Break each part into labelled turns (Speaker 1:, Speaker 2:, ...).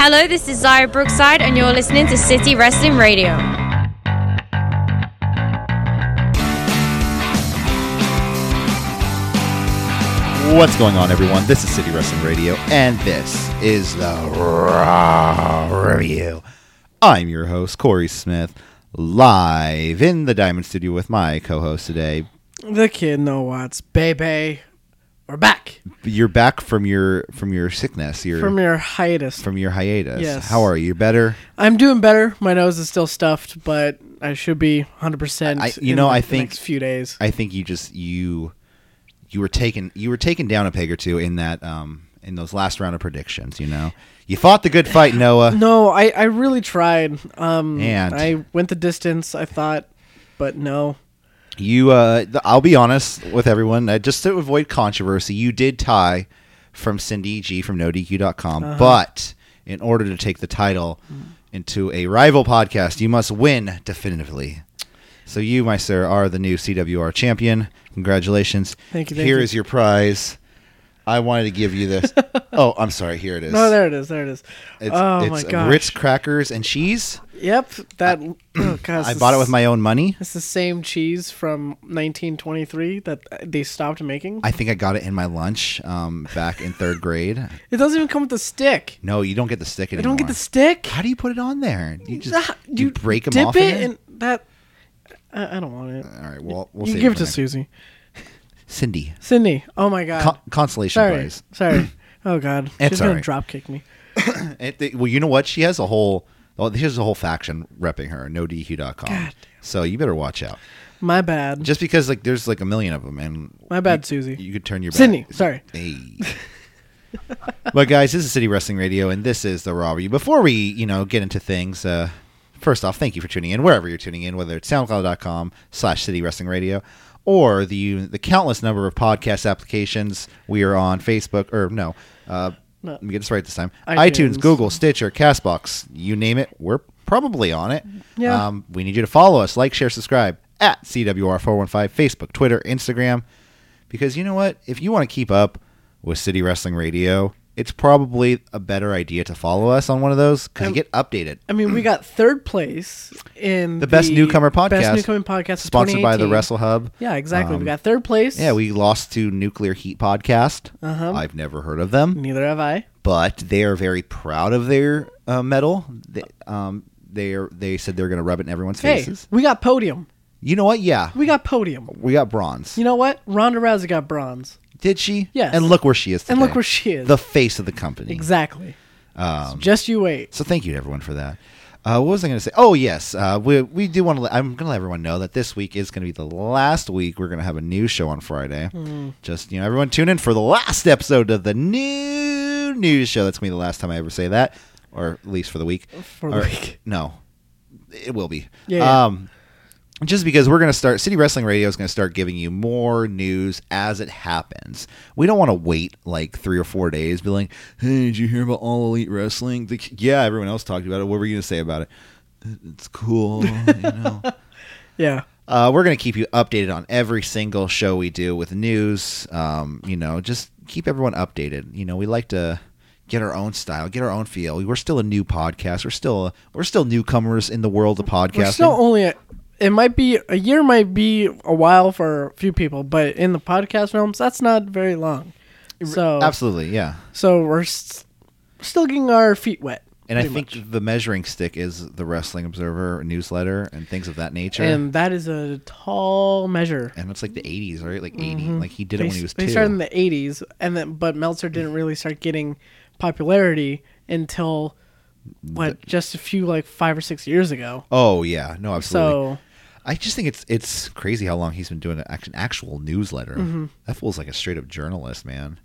Speaker 1: Hello, this is Zara Brookside, and you're listening to City Wrestling Radio.
Speaker 2: What's going on, everyone? This is City Wrestling Radio, and this is the Raw Review. I'm your host, Corey Smith, live in the Diamond Studio with my co host today.
Speaker 3: The kid no what's baby. We're back
Speaker 2: You're back from your from your sickness, your
Speaker 3: from your hiatus.
Speaker 2: from your hiatus.
Speaker 3: Yes.
Speaker 2: How are you? You Better?
Speaker 3: I'm doing better. My nose is still stuffed, but I should be 100. percent
Speaker 2: I- you know, I think-
Speaker 3: next few days.
Speaker 2: I think you just you you were taken you were taken down a peg or two in that um in those last round of predictions, you know. You fought the good fight, Noah.
Speaker 3: No, I I really tried. Um,
Speaker 2: And?
Speaker 3: I went the distance. I thought, but no.
Speaker 2: You, uh, th- I'll be honest with everyone. Uh, just to avoid controversy, you did tie from Cindy G from NoDQ.com,
Speaker 3: Uh-huh.
Speaker 2: but in order to take the title
Speaker 3: Mm.
Speaker 2: into a rival podcast, you must win definitively. So you, my sir, are the new CWR champion. Congratulations!
Speaker 3: Thank you, thank
Speaker 2: Here
Speaker 3: you.
Speaker 2: is your prize. I wanted to give you this. oh, I'm sorry. Here it is.
Speaker 3: No, there it is. There it is.
Speaker 2: It's,
Speaker 3: oh
Speaker 2: it's
Speaker 3: my gosh.
Speaker 2: Ritz crackers and cheese.
Speaker 3: Yep. That. oh gosh.
Speaker 2: I
Speaker 3: this
Speaker 2: bought it
Speaker 3: is-
Speaker 2: with my own money.
Speaker 3: It's the same cheese from 1923 that they stopped making.
Speaker 2: I think I got it in my lunch um, back in third grade.
Speaker 3: It doesn't even come with the stick.
Speaker 2: No, you don't get the stick
Speaker 3: I
Speaker 2: anymore.
Speaker 3: don't get the stick.
Speaker 2: How do you put it on there? You just
Speaker 3: Ah,
Speaker 2: you, break them
Speaker 3: dip
Speaker 2: off.
Speaker 3: it
Speaker 2: in
Speaker 3: and that. I, I don't want it.
Speaker 2: All right, well, we'll
Speaker 3: you
Speaker 2: save
Speaker 3: give it
Speaker 2: for
Speaker 3: to
Speaker 2: next-
Speaker 3: Susie,
Speaker 2: Cindy.
Speaker 3: Sydney. Oh my god.
Speaker 2: Con- consolation
Speaker 3: sorry,
Speaker 2: prize.
Speaker 3: sorry. Oh god.
Speaker 2: It's
Speaker 3: She's gonna
Speaker 2: alright.
Speaker 3: drop kick me.
Speaker 2: It- they- well, you know what? She has a whole. Well, she has a whole faction repping her. NoDQ.com.
Speaker 3: God.
Speaker 2: So you better watch out.
Speaker 3: My bad.
Speaker 2: Just because like there's like a million of them, and
Speaker 3: My bad,
Speaker 2: you-
Speaker 3: Susie.
Speaker 2: You could turn your back.
Speaker 3: Sydney, sorry.
Speaker 2: Hey. but guys, this is City Wrestling Radio, and this is the Raw Review. Before we, you know, get into things, uh, first off, thank you for tuning in wherever you're tuning in, whether it's SoundCloud.com slash City Wrestling Radio or the the countless number of podcast applications we are on Facebook or no. Uh,
Speaker 3: No.
Speaker 2: Let me get this right this time.
Speaker 3: iTunes.
Speaker 2: iTunes, Google, Stitcher, Castbox, you name it, we're probably on it.
Speaker 3: Yeah.
Speaker 2: Um, we need you to follow us, like, share, subscribe at CWR415, Facebook, Twitter, Instagram. Because you know what? If you want to keep up with City Wrestling Radio, it's probably a better idea to follow us on one of those because you get updated.
Speaker 3: I mean, we got third place in
Speaker 2: The best newcomer podcast.
Speaker 3: Best newcomer podcast, of
Speaker 2: Sponsored by the
Speaker 3: 2018.
Speaker 2: Wrestle Hub.
Speaker 3: Yeah, exactly.
Speaker 2: Um,
Speaker 3: we got third place.
Speaker 2: Yeah, we lost to Nuclear Heat Podcast. Uh-huh. I've never heard of them.
Speaker 3: Neither have I.
Speaker 2: but they are very proud of their uh, medal. They, um, they are, they said they're going to rub it in everyone's
Speaker 3: Hey,
Speaker 2: faces.
Speaker 3: we got podium.
Speaker 2: You know what? Yeah,
Speaker 3: We got podium.
Speaker 2: we got bronze.
Speaker 3: You know what? Ronda Rousey got bronze.
Speaker 2: Did she?
Speaker 3: Yes.
Speaker 2: And look where she is. Today.
Speaker 3: And look where she is.
Speaker 2: The Um, face of the company.
Speaker 3: Exactly. So just you wait.
Speaker 2: So thank you to everyone for that. Uh, what was I going to say? Oh yes, uh, we we do want to. I'm going to let everyone know that this week is going to be the last week we're going to have a new show on Friday.
Speaker 3: Hmm.
Speaker 2: Just you know, everyone tune in for the last episode of the new news show. That's going to be the last time I ever say that, or at least for the week.
Speaker 3: For the
Speaker 2: Or-
Speaker 3: week.
Speaker 2: No, it will be.
Speaker 3: Yeah, yeah.
Speaker 2: Um, just because we're going to start city wrestling radio is going to start giving you more news as it happens we don't want to wait like three or four days be like hey did you hear about all elite wrestling the, yeah everyone else talked about it what were you going to say about it it's cool you know
Speaker 3: Yeah.
Speaker 2: uh, we're going to keep you updated on every single show we do with news. Um, you know, just keep everyone updated. You know, we like to get our own style, get our own feel. We're still a new podcast. We're still we're still newcomers in the world of podcasting.
Speaker 3: We're still only a, it might be a year might be a while for a few people, but in the podcast realms, that's not very long. So
Speaker 2: Oh, Absolutely, yeah.
Speaker 3: so we're s still getting our feet wet.
Speaker 2: And I
Speaker 3: pretty
Speaker 2: think
Speaker 3: much.
Speaker 2: the measuring stick is the Wrestling Observer newsletter and things of that nature. And,
Speaker 3: and that is a tall measure.
Speaker 2: it's like the 80s, right? Like 80. Like he did it
Speaker 3: mm-hmm. They,
Speaker 2: when he was
Speaker 3: they
Speaker 2: two. Mm.
Speaker 3: started in the '80s, and then but Meltzer didn't really start getting popularity until what just a few like five or six years ago.
Speaker 2: oh yeah, no, absolutely.
Speaker 3: So
Speaker 2: I just think it's it's crazy how long he's been doing an act- an actual newsletter.
Speaker 3: Mm-hmm.
Speaker 2: That fool's like a straight up journalist, man.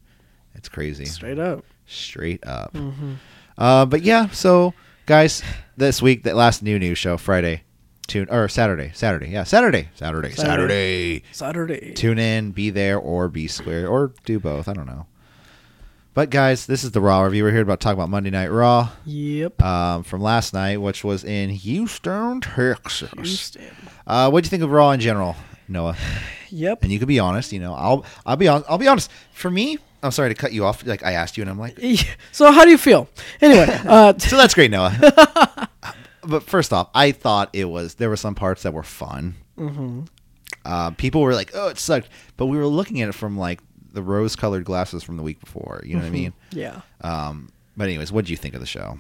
Speaker 2: It's crazy.
Speaker 3: straight up,
Speaker 2: Straight up.
Speaker 3: mm-hmm.
Speaker 2: Uh, but yeah, so guys, this week that last new news show Friday, tune or Saturday, Saturday, yeah, Saturday, Saturday, Saturday.
Speaker 3: Saturday. Saturday.
Speaker 2: Tune in, be there, or be square, or do both. I don't know. But guys, this is the Raw review. We're here about talking about Monday Night Raw
Speaker 3: Yep.
Speaker 2: um, from last night, which was in Houston, Texas.
Speaker 3: Houston.
Speaker 2: Uh, what do you think of Raw in general, Noah?
Speaker 3: Yep.
Speaker 2: And you can be honest. You know, I'll I'll be on, I'll be honest. For me, I'm sorry to cut you off. Like I asked you, and I'm like,
Speaker 3: So how do you feel? Anyway, uh, t-
Speaker 2: so that's great, Noah. but first off, I thought it was there were some parts that were fun. Mm-hmm. Uh, people were like, "Oh, it sucked," but we were looking at it from like the rose-colored glasses from the week before. You know what I mean?
Speaker 3: yeah.
Speaker 2: Um, but anyways, what do you think of the show?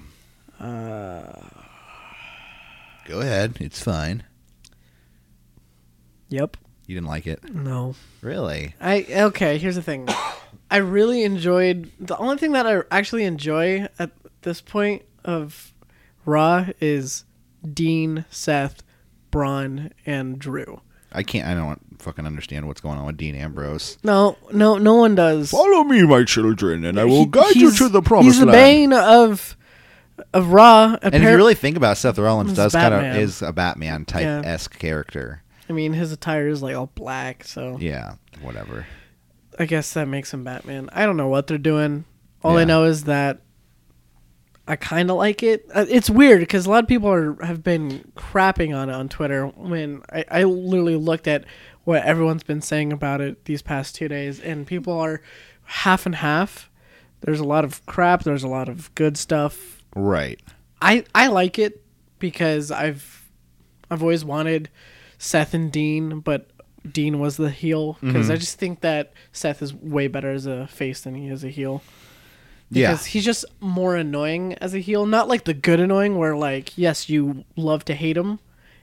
Speaker 2: Uh, Go ahead, it's fine.
Speaker 3: Yep.
Speaker 2: You didn't like it,
Speaker 3: No.
Speaker 2: really?
Speaker 3: I okay. Here's the thing. I really enjoyed the only thing that I actually enjoy at this point of Raw is Dean, Seth, Braun, and Drew.
Speaker 2: I can't. I don't fucking understand what's going on with Dean Ambrose.
Speaker 3: No, no, no one does.
Speaker 2: Follow me, my children, and I
Speaker 3: He- he's- He's the bane of of Raw.
Speaker 2: And if you
Speaker 3: appar-
Speaker 2: really think about it, Seth Rollins
Speaker 3: He's
Speaker 2: does kind of
Speaker 3: Batman.
Speaker 2: is a Batman type
Speaker 3: Yeah.
Speaker 2: esque character.
Speaker 3: I mean, his attire is like all black, so
Speaker 2: Yeah, whatever.
Speaker 3: I guess that makes him Batman. I don't know what they're doing. All I
Speaker 2: Yeah.
Speaker 3: know is that I kind of like it. Uh, It's weird because a lot of people are have been crapping on it on Twitter. When I, I literally looked at what everyone's been saying about it these past two days, and people are half and half. There's a lot of crap. There's a lot of good stuff.
Speaker 2: Right.
Speaker 3: I I like it because I've I've always wanted Seth and Dean, but Dean was the heel
Speaker 2: Mm-hmm.
Speaker 3: because I just think that Seth is way better as a face than he is a heel.
Speaker 2: Yeah.
Speaker 3: Because he's just more annoying as a heel, not like the good annoying where like yes you love to hate him.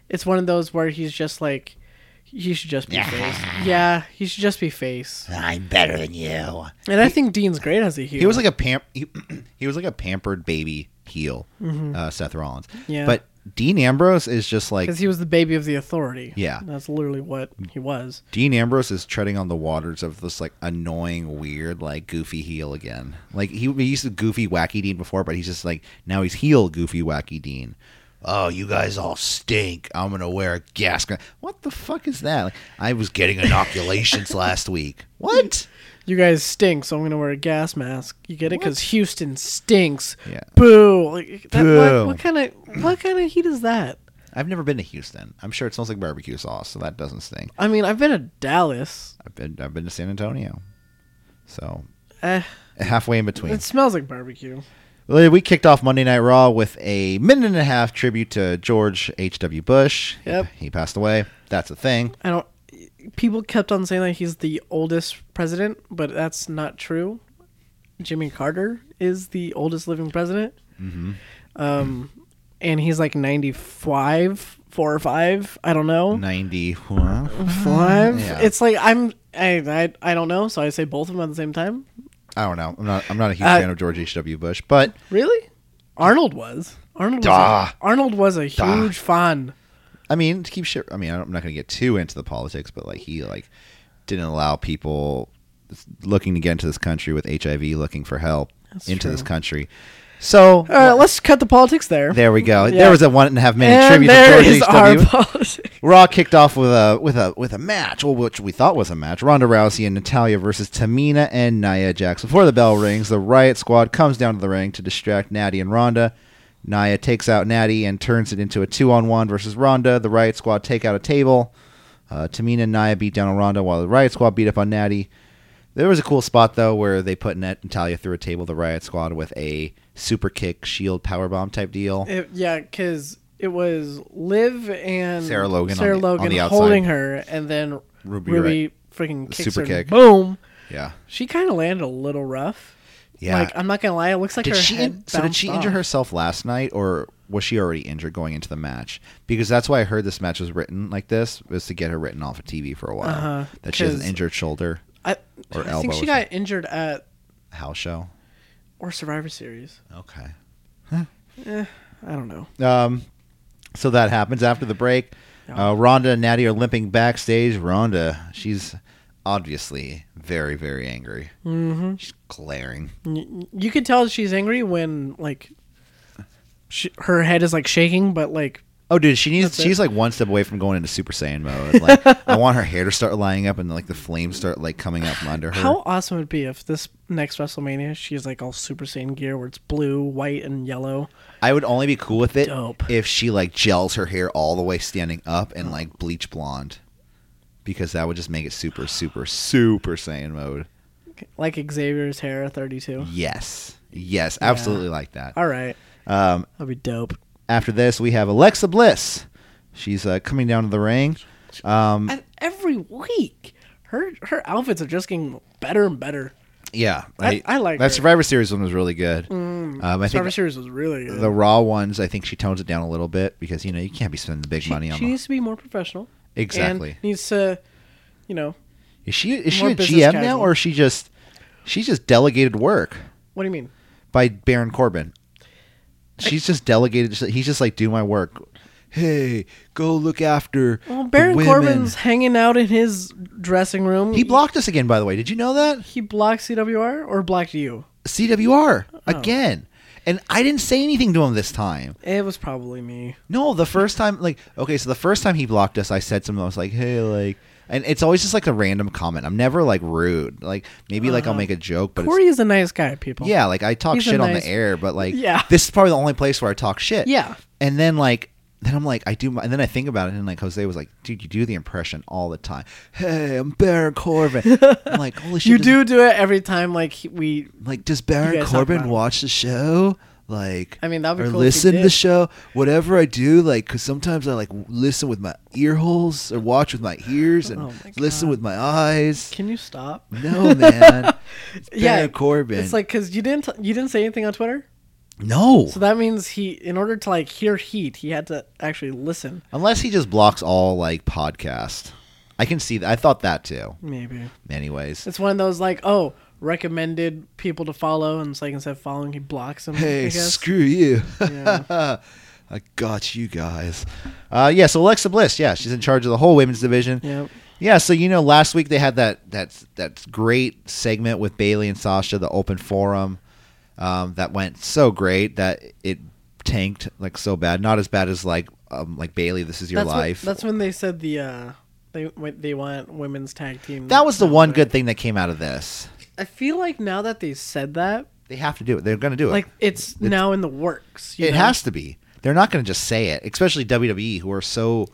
Speaker 3: It's one of those where he's just like he should just be face. Yeah, he should just be face.
Speaker 2: I'm better than you.
Speaker 3: And I think Dean's great as a heel.
Speaker 2: He was like a pamp. He, he was like a pampered baby heel. Uh, Seth Rollins.
Speaker 3: Mm-hmm. Yeah.
Speaker 2: But Dean Ambrose is just like
Speaker 3: because he was the baby of the authority.
Speaker 2: Yeah.
Speaker 3: that's literally what he was.
Speaker 2: Dean Ambrose is treading on the waters of this like annoying, weird, like goofy heel again. Like he, he used to goofy, wacky Dean before, but he's just like now he's heel goofy, wacky Dean. Oh, you guys all stink. I'm gonna wear a gas mask. What the fuck is that? Like, I was getting inoculations last week. What?
Speaker 3: you guys stink, so I'm gonna wear a gas mask. You get it? Because Houston stinks.
Speaker 2: Yeah.
Speaker 3: Boo. Like, that-
Speaker 2: Boo.
Speaker 3: What, what kind of what kind of heat is that?
Speaker 2: I've never been to Houston. I'm sure it smells like barbecue sauce, so that doesn't sting.
Speaker 3: I mean, I've been to Dallas.
Speaker 2: I've been I've been to San Antonio, so
Speaker 3: Eh,
Speaker 2: halfway in between.
Speaker 3: it smells like barbecue.
Speaker 2: Well, We kicked off Monday Night Raw with a minute and a half tribute to George H.W. Bush.
Speaker 3: Yep.
Speaker 2: He, he passed away. That's a thing.
Speaker 3: I don't. People kept on saying that he's the oldest president, but that's not true. Jimmy Carter is the oldest living president. Um, and he's like 95, four or five. I don't know.
Speaker 2: 90.
Speaker 3: Five.
Speaker 2: Yeah.
Speaker 3: It's like I'm. I, I I don't know. So I say both of them at the same time.
Speaker 2: I don't know. I'm not, I'm not a huge
Speaker 3: Uh,
Speaker 2: fan of George H.W. Bush, but
Speaker 3: Really? Arnold was. Arnold was,
Speaker 2: Duh.
Speaker 3: a, Arnold was a huge fan.
Speaker 2: I mean, to keep shit. I mean, I don't- I'm not going to get too into the politics, but like he like didn't allow people looking to get into this country with HIV looking for help into this country. So
Speaker 3: All right, let's cut the politics there.
Speaker 2: there we go.
Speaker 3: Yeah.
Speaker 2: There was a one and a half minute
Speaker 3: and
Speaker 2: tribute
Speaker 3: there
Speaker 2: to George
Speaker 3: is our
Speaker 2: H.W.
Speaker 3: politics.
Speaker 2: Raw kicked off with a with a with a match, well, which we thought was a match. Ronda Rousey and Natalya versus Tamina and Nia Jax. Before the bell rings, the Riot Squad comes down to the ring to distract Natty and Ronda. Nia takes out Natty and turns it into a two on one versus Ronda. The Riot Squad take out a table. Uh, Tamina and Nia beat down on Ronda while the Riot Squad beat up on Natty. There was a cool spot though where they put Nat- Natalya through a table, the Riot Squad with a super kick, shield, power bomb type deal.
Speaker 3: It- yeah, because it was Liv and
Speaker 2: Sarah Logan on
Speaker 3: Sarah
Speaker 2: the- on
Speaker 3: Logan
Speaker 2: the outside.
Speaker 3: holding her, and then
Speaker 2: Ruby
Speaker 3: Ruby, freaking kicks
Speaker 2: super
Speaker 3: her.
Speaker 2: kick.
Speaker 3: Boom.
Speaker 2: Yeah,
Speaker 3: She kind of landed a little rough.
Speaker 2: yeah.
Speaker 3: Like I'm not gonna lie, it looks like
Speaker 2: did
Speaker 3: her
Speaker 2: she
Speaker 3: head.
Speaker 2: in, so did
Speaker 3: bounced
Speaker 2: she injure
Speaker 3: off.
Speaker 2: herself last night or was she already injured going into the match because that's why i heard this match was written like this was to get her written off of tv for a while
Speaker 3: Uh-huh,
Speaker 2: that she has an
Speaker 3: 'cause-
Speaker 2: injured shoulder
Speaker 3: I,
Speaker 2: or
Speaker 3: I
Speaker 2: elbow
Speaker 3: think
Speaker 2: or
Speaker 3: she got injured at
Speaker 2: house show
Speaker 3: or Survivor Series.
Speaker 2: okay
Speaker 3: I don't know.
Speaker 2: um so that happens after the break uh rhonda and natty are limping backstage rhonda she's obviously very very angry mm-hmm. she's glaring
Speaker 3: Y- you can tell she's angry when like she, her head is like shaking but like
Speaker 2: Oh, dude, she needs.
Speaker 3: That's it.
Speaker 2: she's like one step away from going into Super Saiyan mode. Like, I want her hair to start lining up and like the flames start like coming up from under her.
Speaker 3: how awesome would it be if this next wrestlemania she's like all super saiyan gear where it's blue white and yellow
Speaker 2: I would only be cool with it
Speaker 3: Dope.
Speaker 2: if she like gels her hair all the way standing up and like bleach blonde, because that would just make it super, super, super Saiyan mode.
Speaker 3: like like Xavier's hair at 32.
Speaker 2: Yes. Yes. Absolutely like that.
Speaker 3: All right,
Speaker 2: Um,
Speaker 3: that'll be dope.
Speaker 2: after this, we have Alexa Bliss. She's uh, coming down to the ring. Um,
Speaker 3: And every week, her her outfits are just getting better and better.
Speaker 2: yeah,
Speaker 3: I- I like
Speaker 2: that
Speaker 3: her. Mm.
Speaker 2: Survivor Series one was really good. um, I
Speaker 3: Survivor
Speaker 2: think
Speaker 3: Series was really good.
Speaker 2: the Raw ones. I think she tones it down a little bit because you know you can't be spending the big
Speaker 3: she,
Speaker 2: money on.
Speaker 3: she
Speaker 2: the-
Speaker 3: needs to be more professional. and
Speaker 2: Exactly.
Speaker 3: needs to, you know,
Speaker 2: Is she is she
Speaker 3: more
Speaker 2: a
Speaker 3: business
Speaker 2: GM now,
Speaker 3: casual.
Speaker 2: or is she just she just delegated work
Speaker 3: what do you mean?
Speaker 2: by Baron Corbin? She's just delegated. He's just like do my work. Hey, go look after.
Speaker 3: Well,
Speaker 2: the
Speaker 3: Baron
Speaker 2: women."
Speaker 3: Corbin's hanging out in his dressing room.
Speaker 2: He blocked us again, by the way. Did you know that?
Speaker 3: He blocked CWR or blocked you.
Speaker 2: CWR
Speaker 3: Oh.
Speaker 2: again. And I didn't say anything to him this time.
Speaker 3: It was probably me.
Speaker 2: No, the first time, like, okay, so the first time he blocked us, I said something. I was like, hey, like, and it's always just like a random comment. I'm never like rude. Like, maybe like I'll make a joke, but
Speaker 3: Uh-huh. Corey is a nice guy, people.
Speaker 2: it's, yeah, like I talk
Speaker 3: He's a
Speaker 2: shit on
Speaker 3: nice-
Speaker 2: the air, but like,
Speaker 3: Yeah.
Speaker 2: this is probably the only place where I talk shit.
Speaker 3: Yeah.
Speaker 2: And then like, then I'm like, I do, my, and then I think about it, and like Jose was like, dude, you do the impression all the time. Hey, I'm Baron Corbin. I'm like, holy shit.
Speaker 3: You
Speaker 2: does-
Speaker 3: do do it every time, like he- we.
Speaker 2: Like, does
Speaker 3: You
Speaker 2: Baron
Speaker 3: guys talk
Speaker 2: Corbin
Speaker 3: about it.
Speaker 2: watch the show? Like,
Speaker 3: I mean, that'd be
Speaker 2: or
Speaker 3: cool if he
Speaker 2: listen to the
Speaker 3: did.
Speaker 2: show. Whatever I do, like, because sometimes I like w- listen with my ear holes or watch with my ears and
Speaker 3: Oh my
Speaker 2: listen with my eyes.
Speaker 3: Can you stop?
Speaker 2: No, man. It's Baron Corbin.
Speaker 3: It's like because you didn't you didn't say anything on Twitter,
Speaker 2: no,
Speaker 3: so that means he, in order to like hear heat, he had to actually listen.
Speaker 2: unless he just blocks all like podcast. I can see that. I thought that too.
Speaker 3: Maybe
Speaker 2: Anyways,
Speaker 3: it's one of those like oh recommended people to follow, and it's like instead of following, he blocks them. I
Speaker 2: hey,
Speaker 3: guess.
Speaker 2: screw you.
Speaker 3: Yeah.
Speaker 2: I got you guys. Uh, yeah, so Alexa Bliss, yeah, she's in charge of the whole women's division.
Speaker 3: Yep.
Speaker 2: Yeah, so you know, last week they had that that that great segment with Bailey and Sasha, the open forum, um, that went so great that it tanked like so bad. Not as bad as like um, like Bailey, this is your
Speaker 3: that's when-
Speaker 2: life.
Speaker 3: that's when they said the uh, they when they want women's tag team.
Speaker 2: that was the
Speaker 3: No,
Speaker 2: one
Speaker 3: but
Speaker 2: good thing that came out of this.
Speaker 3: I feel like now that they said that,
Speaker 2: They have to do it. They're going to do it.
Speaker 3: like it's, now in the works. you
Speaker 2: it
Speaker 3: know?
Speaker 2: has to be. They're not going to just say it, especially WWE, who are so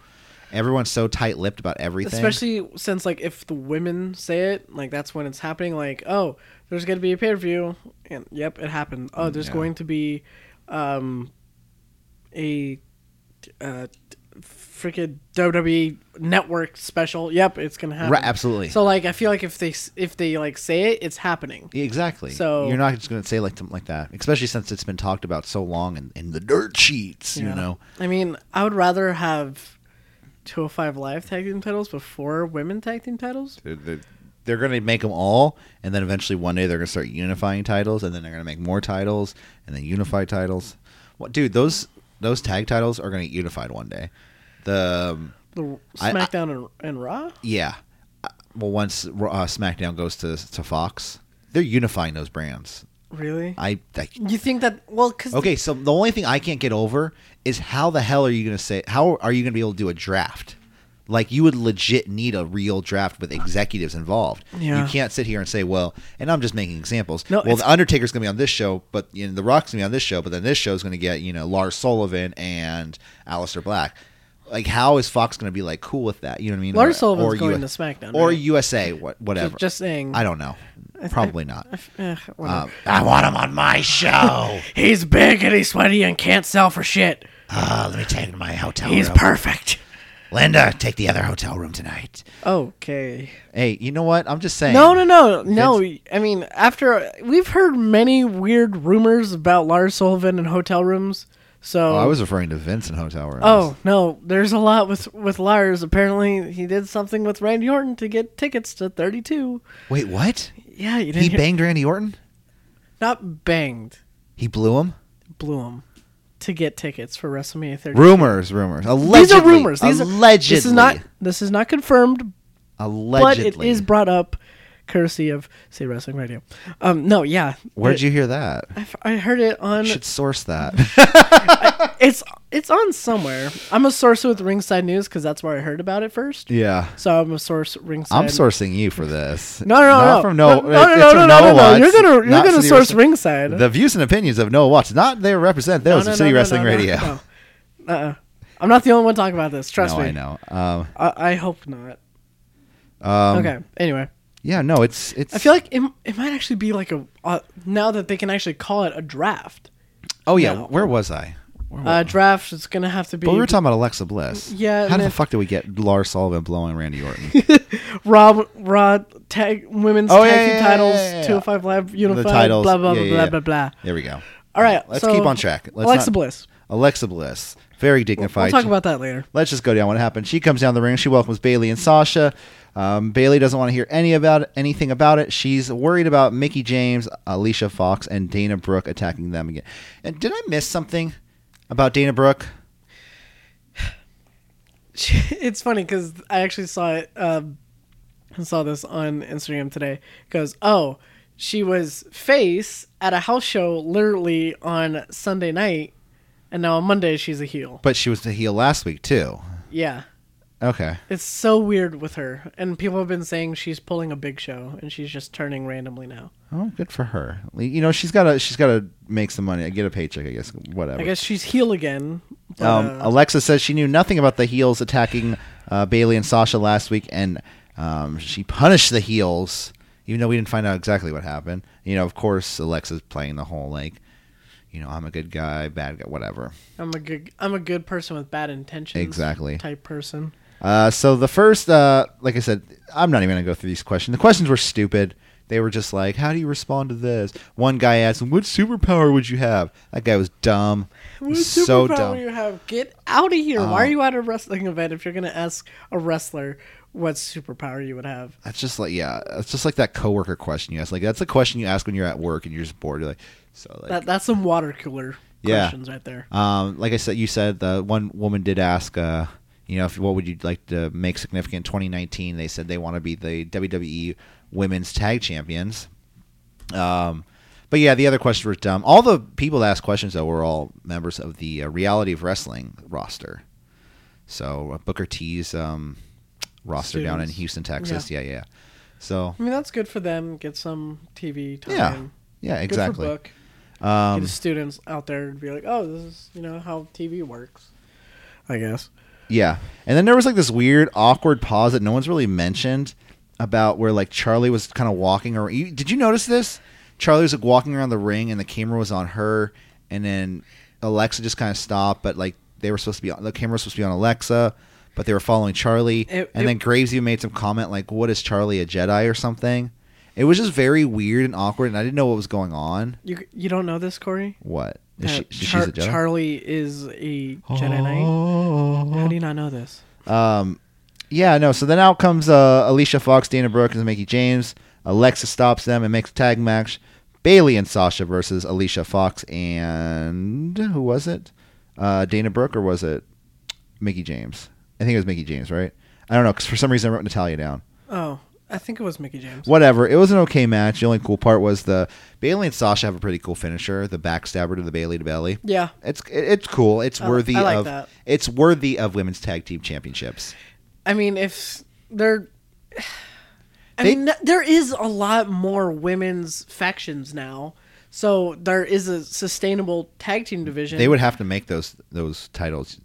Speaker 2: everyone's so tight-lipped about everything.
Speaker 3: especially since like if the women say it, like that's when it's happening. Like oh, there's gonna be a pay per view, and yep, it happened. Oh, there's
Speaker 2: yeah.
Speaker 3: going to be, um, a, uh, freaking WWE network special. Yep, it's gonna happen.
Speaker 2: Right, absolutely.
Speaker 3: So like I feel like if they s- if they like say it, it's happening.
Speaker 2: Exactly.
Speaker 3: So-
Speaker 2: you're not just going to say like something like that, especially since it's been talked about so long in, in the dirt sheets. You
Speaker 3: Yeah.
Speaker 2: know,
Speaker 3: I mean, I would rather have 205 Live tag team titles before women tag team titles.
Speaker 2: they're, they're, going to make them all, and then eventually one day they're going to start unifying titles, and then they're going to make more titles, and then unify titles. What, dude? Those those tag titles are going to get unified one day. The um,
Speaker 3: The
Speaker 2: I- I-
Speaker 3: SmackDown and, and Raw.
Speaker 2: yeah, Uh, well, once uh, SmackDown goes to to Fox, they're unifying those brands.
Speaker 3: Really?
Speaker 2: I, I
Speaker 3: you think that? Well, because
Speaker 2: Okay, so the only thing I can't get over is how the hell are you going to say how are you going to be able to do a draft? Like you would legit need a real draft with executives involved.
Speaker 3: Yeah.
Speaker 2: You can't sit here and say, "Well," and I'm just making examples.
Speaker 3: No,
Speaker 2: well,
Speaker 3: it's-
Speaker 2: the Undertaker's going to be on this show, but you know, the Rock's going to be on this show, but then this show's going to get you know Lars Sullivan and Alistair Black. Like, how is Fox going to be like cool with that? You know what I mean?
Speaker 3: Lars Sullivan's going
Speaker 2: U-
Speaker 3: to SmackDown,
Speaker 2: or
Speaker 3: right?
Speaker 2: USA, what, whatever.
Speaker 3: just, just saying.
Speaker 2: I don't know. Probably not.
Speaker 3: Ugh, eh, whatever.
Speaker 2: Um, I want him on my show.
Speaker 3: he's big and he's sweaty and can't sell for shit.
Speaker 2: Uh, let me take him to my hotel
Speaker 3: He's
Speaker 2: room.
Speaker 3: perfect.
Speaker 2: Linda, take the other hotel room tonight.
Speaker 3: Okay.
Speaker 2: Hey, you know what? I'm just saying.
Speaker 3: No, no, no, no. I mean, after we've heard many weird rumors about Lars Sullivan and hotel rooms, so
Speaker 2: Oh, I was referring to Vince in hotel rooms.
Speaker 3: Oh no, there's a lot with with Lars. Apparently, he did something with Randy Orton to get tickets to 32.
Speaker 2: wait, what?
Speaker 3: Yeah, you didn't.
Speaker 2: He
Speaker 3: hear-
Speaker 2: banged Randy Orton?
Speaker 3: not banged,
Speaker 2: He blew him?
Speaker 3: blew him to get tickets for WrestleMania 32.
Speaker 2: Rumors, rumors. Allegedly,
Speaker 3: These are rumors. These
Speaker 2: allegedly,
Speaker 3: Are, this is not this is not confirmed,
Speaker 2: Allegedly.
Speaker 3: but it is brought up courtesy of say Wrestling Radio. Um, no, yeah.
Speaker 2: Where'd
Speaker 3: It-
Speaker 2: you hear that?
Speaker 3: I, f- I heard it on.
Speaker 2: should source that.
Speaker 3: It's it's on somewhere. I'm a source with Ringside News because that's where I heard about it first.
Speaker 2: yeah.
Speaker 3: So I'm a source ringside.
Speaker 2: I'm sourcing you for this.
Speaker 3: No, no,
Speaker 2: Not
Speaker 3: no.
Speaker 2: From no,
Speaker 3: No, no,
Speaker 2: it's-
Speaker 3: no,
Speaker 2: it's
Speaker 3: no,
Speaker 2: from
Speaker 3: no,
Speaker 2: Noah
Speaker 3: no, no.
Speaker 2: Watts,
Speaker 3: You're gonna- you're
Speaker 2: not
Speaker 3: gonna
Speaker 2: City
Speaker 3: source
Speaker 2: Wrestling-
Speaker 3: Ringside.
Speaker 2: The views and opinions of Noah Watts, not they represent
Speaker 3: No,
Speaker 2: those of
Speaker 3: no, no,
Speaker 2: City
Speaker 3: no,
Speaker 2: Wrestling
Speaker 3: no, no,
Speaker 2: Radio.
Speaker 3: no. Uh-uh. I'm not the only one talking about this. Trust Uh,
Speaker 2: No,
Speaker 3: me.
Speaker 2: I know. Um,
Speaker 3: I, I hope not.
Speaker 2: um,
Speaker 3: okay. Anyway,
Speaker 2: Yeah, no, it's it's.
Speaker 3: I feel like it, it might actually be like a uh, now that they can actually call it a draft.
Speaker 2: oh yeah,
Speaker 3: no.
Speaker 2: where was I? Where
Speaker 3: Uh, draft is gonna have to be
Speaker 2: But we were talking about Alexa Bliss.
Speaker 3: Yeah,
Speaker 2: How
Speaker 3: and
Speaker 2: the
Speaker 3: if-
Speaker 2: fuck did we get Lars Sullivan blowing Randy Orton?
Speaker 3: Rob Rod tag women's
Speaker 2: Oh,
Speaker 3: tag
Speaker 2: yeah,
Speaker 3: team
Speaker 2: yeah, yeah,
Speaker 3: titles
Speaker 2: yeah, yeah, yeah.
Speaker 3: 205 Live
Speaker 2: the
Speaker 3: Unified
Speaker 2: titles.
Speaker 3: blah blah
Speaker 2: Yeah, yeah,
Speaker 3: blah
Speaker 2: yeah.
Speaker 3: blah blah.
Speaker 2: There we go.
Speaker 3: All right,
Speaker 2: let's
Speaker 3: so
Speaker 2: keep on track. Let's
Speaker 3: Alexa
Speaker 2: not-
Speaker 3: Bliss.
Speaker 2: Alexa Bliss, very dignified.
Speaker 3: We'll talk
Speaker 2: She-
Speaker 3: about that later.
Speaker 2: Let's just go down what happened. She comes down the ring. She welcomes Bailey and Sasha. Um, Bailey doesn't want to hear any about it, anything about it. She's worried about Mickey James, Alicia Fox, and Dana Brooke attacking them again. And did I miss something about Dana Brooke?
Speaker 3: it's funny because I actually saw it. Um, I saw this on Instagram today. It goes, oh, she was face at a house show literally on Sunday night, and now on Monday she's a heel.
Speaker 2: But she was the heel last week too.
Speaker 3: Yeah,
Speaker 2: Okay.
Speaker 3: it's so weird with her, and people have been saying she's pulling a big show, and she's just turning randomly now.
Speaker 2: Oh, good for her. You know, she's gotta she's gotta make some money. Get a paycheck, I guess. Whatever.
Speaker 3: I guess she's heel again. but,
Speaker 2: Um,
Speaker 3: uh,
Speaker 2: Alexa says she knew nothing about the heels attacking uh, Bailey and Sasha last week, and um, she punished the heels, even though we didn't find out exactly what happened. You know, of course, Alexa's playing the whole like, you know, I'm a good guy, bad guy, whatever.
Speaker 3: I'm a good I'm a good person with bad intentions.
Speaker 2: Exactly.
Speaker 3: Type person.
Speaker 2: Uh, so the first, uh, like I said, I'm not even gonna go through these questions. The questions were stupid. They were just like, "How do you respond to this?" One guy asked him, "What superpower would you have?" That guy was dumb.
Speaker 3: What
Speaker 2: so
Speaker 3: superpower
Speaker 2: dumb. Uh-huh.
Speaker 3: you have? Get out of here! Why are you at a wrestling event if you're gonna ask a wrestler what superpower you would have?
Speaker 2: That's just like yeah, it's just like that coworker question you ask. Like that's the question you ask when you're at work and you're just bored. You're like, so like,
Speaker 3: That that's some water cooler
Speaker 2: Yeah.
Speaker 3: questions right there.
Speaker 2: um, like I said, you said the one woman did ask, uh, you know, if what would you like to make significant in 2019? They said they want to be the WWE Women's Tag Champions. Um, but yeah, the other questions were dumb. All the people that asked questions though were all members of the uh, Reality of Wrestling roster. So uh, Booker T's um, roster down in
Speaker 3: Students.
Speaker 2: Houston, Texas. yeah, yeah. So
Speaker 3: I mean, that's good for them. Get some TV time.
Speaker 2: Yeah, yeah, exactly. Um,
Speaker 3: Good for book. Get the students out there and be like, oh, this is you know how TV works. I guess.
Speaker 2: Yeah. And then there was like this weird, awkward pause that no one's really mentioned about where like Charlie was kind of walking around. You, did you notice this? Charlie was like walking around the ring and the camera was on her. And then Alexa just kind of stopped, but like they were supposed to be on the camera was supposed to be on Alexa, but they were following Charlie.
Speaker 3: It-
Speaker 2: and
Speaker 3: it-
Speaker 2: then Graves even made some comment like, what is Charlie, a Jedi or something? It was just very weird and awkward, and I didn't know what was going on.
Speaker 3: You you don't know this, Corey?
Speaker 2: What? Is she,
Speaker 3: That
Speaker 2: she's
Speaker 3: Uh, Char-
Speaker 2: a Jedi?
Speaker 3: Charlie is a Jedi Knight.
Speaker 2: Oh.
Speaker 3: How do you not know this?
Speaker 2: Um, yeah, no. So then out comes uh, Alicia Fox, Dana Brooke, and Mickey James. Alexa stops them and makes a tag match. Bailey and Sasha versus Alicia Fox and who was it? Uh, Dana Brooke or was it Mickey James? I think it was Mickey James, right? I don't know because for some reason I wrote Natalia down.
Speaker 3: Oh, I think it was Mickey James.
Speaker 2: Whatever. It was an okay match. The only cool part was the Bailey and Sasha have a pretty cool finisher, the backstabber to the Bailey to Bailey.
Speaker 3: Yeah.
Speaker 2: It's it- it's cool. It's
Speaker 3: I li-
Speaker 2: worthy
Speaker 3: Oh, I like
Speaker 2: of
Speaker 3: that.
Speaker 2: it's worthy of women's tag team championships.
Speaker 3: I mean, if they're. I
Speaker 2: They-
Speaker 3: mean, there is a lot more women's factions now, so there is a sustainable tag team division.
Speaker 2: They would have to make those those titles,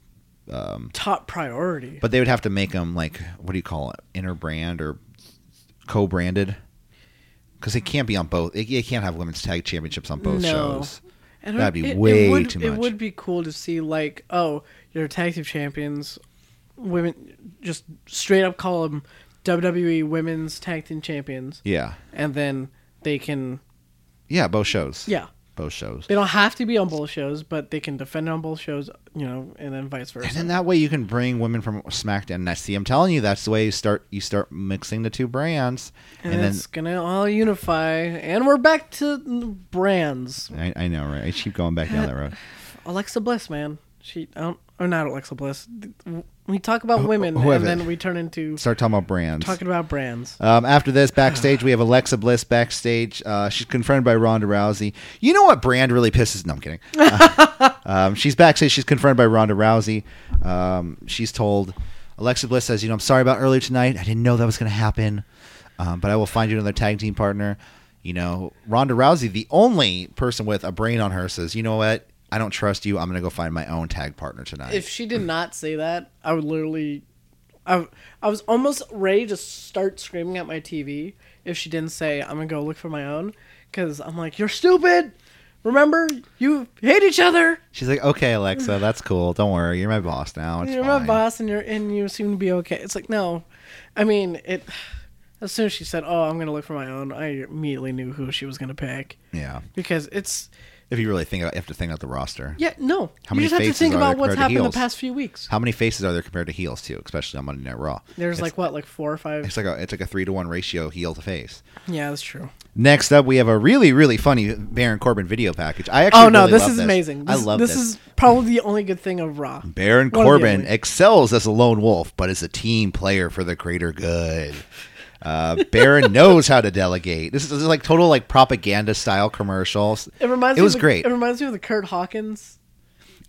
Speaker 2: um,
Speaker 3: top priority.
Speaker 2: but they would have to make them like what do you call it, inner brand or co-branded? Because they can't be on both. They, they can't have women's tag championships on both
Speaker 3: No.
Speaker 2: shows.
Speaker 3: And
Speaker 2: that'd be
Speaker 3: it- it
Speaker 2: way
Speaker 3: would-
Speaker 2: too
Speaker 3: It
Speaker 2: much.
Speaker 3: would be cool to see, like, oh, you're tag team champions, women, just straight up call them WWE E Women's Tag Team Champions,
Speaker 2: Yeah,
Speaker 3: and then they can,
Speaker 2: yeah, both shows.
Speaker 3: yeah,
Speaker 2: both shows.
Speaker 3: they don't have to be on both shows, but they can defend on both shows, you know, and then vice versa.
Speaker 2: And then that way you can bring women from SmackDown. And I see, I'm telling you, that's the way you start. You start mixing the two brands,
Speaker 3: and,
Speaker 2: and, then
Speaker 3: it's gonna all unify and we're back to brands
Speaker 2: I, I know, right? I keep going back down that road.
Speaker 3: alexa bliss man she I don't or not alexa bliss we talk about women
Speaker 2: whoever.
Speaker 3: and then we turn into
Speaker 2: Start talking about brands.
Speaker 3: talking about brands
Speaker 2: Um, after this, backstage, we have Alexa Bliss backstage. Uh, she's confronted by Ronda Rousey. You know what brand really pisses? No, I'm kidding. Uh, um, she's backstage. She's confronted by Ronda Rousey. Um, she's told, Alexa Bliss says, You know, I'm sorry about earlier tonight. I didn't know that was going to happen, um, but I will find you another tag team partner. You know, Ronda Rousey, the only person with a brain on her, says, You know what? I don't trust you. I'm going to go find my own tag partner tonight.
Speaker 3: if she did not say that i would literally I, I was almost ready to start screaming at my tv if she didn't say I'm gonna go look for my own because I'm like you're stupid. Remember, you hate each other.
Speaker 2: She's like, okay, Alexa, that's cool. Don't worry, you're my boss now. It's
Speaker 3: you're my
Speaker 2: fine."
Speaker 3: boss, and you're and you seem to be okay. It's like no, I mean it. As soon as she said, "Oh, I'm gonna look for my own," I immediately knew who she was gonna pick
Speaker 2: Yeah.
Speaker 3: because it's
Speaker 2: If you really think about, you have to think about the roster.
Speaker 3: yeah no.
Speaker 2: How
Speaker 3: you
Speaker 2: many
Speaker 3: just have to
Speaker 2: faces
Speaker 3: think
Speaker 2: are
Speaker 3: about
Speaker 2: there
Speaker 3: what's
Speaker 2: compared to
Speaker 3: happened the
Speaker 2: heels?
Speaker 3: past few weeks.
Speaker 2: How many faces are there compared to heels too, especially on Monday Night Raw?
Speaker 3: There's
Speaker 2: It's-
Speaker 3: like what, like four or five.
Speaker 2: it's like a it's like a three to one ratio heel to face.
Speaker 3: yeah, that's true.
Speaker 2: Next up, we have a really really funny Baron Corbin video package. I actually
Speaker 3: Oh no,
Speaker 2: really
Speaker 3: this
Speaker 2: love
Speaker 3: is amazing. This,
Speaker 2: I love
Speaker 3: this.
Speaker 2: this.
Speaker 3: is probably the only good thing of Raw.
Speaker 2: Baron
Speaker 3: One of the
Speaker 2: Corbin
Speaker 3: only.
Speaker 2: excels as a lone wolf, but is a team player for the greater good. Uh, Baron knows how to delegate. This is, this is like total like propaganda style commercials.
Speaker 3: It reminds
Speaker 2: It
Speaker 3: me
Speaker 2: was
Speaker 3: of the,
Speaker 2: great.
Speaker 3: It reminds me of the Kurt Hawkins,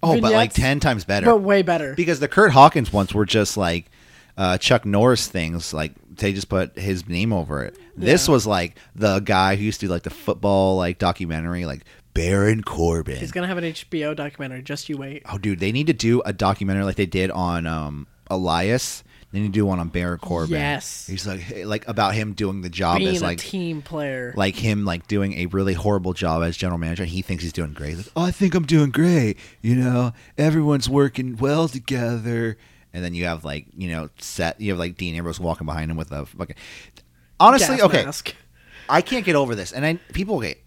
Speaker 2: oh, but like
Speaker 3: vignettes,
Speaker 2: ten times better.
Speaker 3: but way better.
Speaker 2: because the Kurt Hawkins ones were just like uh, Chuck Norris things. Like they just put his name over it. This was like the guy who used to do like the football like documentary, like Baron Corbin.
Speaker 3: He's gonna have an HBO documentary. Just you wait.
Speaker 2: oh, dude, they need to do a documentary like they did on um, Elias. They need to do one on Baron Corbin.
Speaker 3: Yes.
Speaker 2: he's like like about him doing the job
Speaker 3: Being
Speaker 2: as
Speaker 3: a
Speaker 2: like.
Speaker 3: team player.
Speaker 2: Like him, like doing a really horrible job as general manager, and he thinks he's doing great. He's like, oh, I think I'm doing great. You know, everyone's working well together. And then you have like, you know, set. You have like Dean Ambrose walking behind him with a fucking. Honestly,
Speaker 3: gas
Speaker 2: okay,
Speaker 3: mask.
Speaker 2: I can't get over this, and I people okay.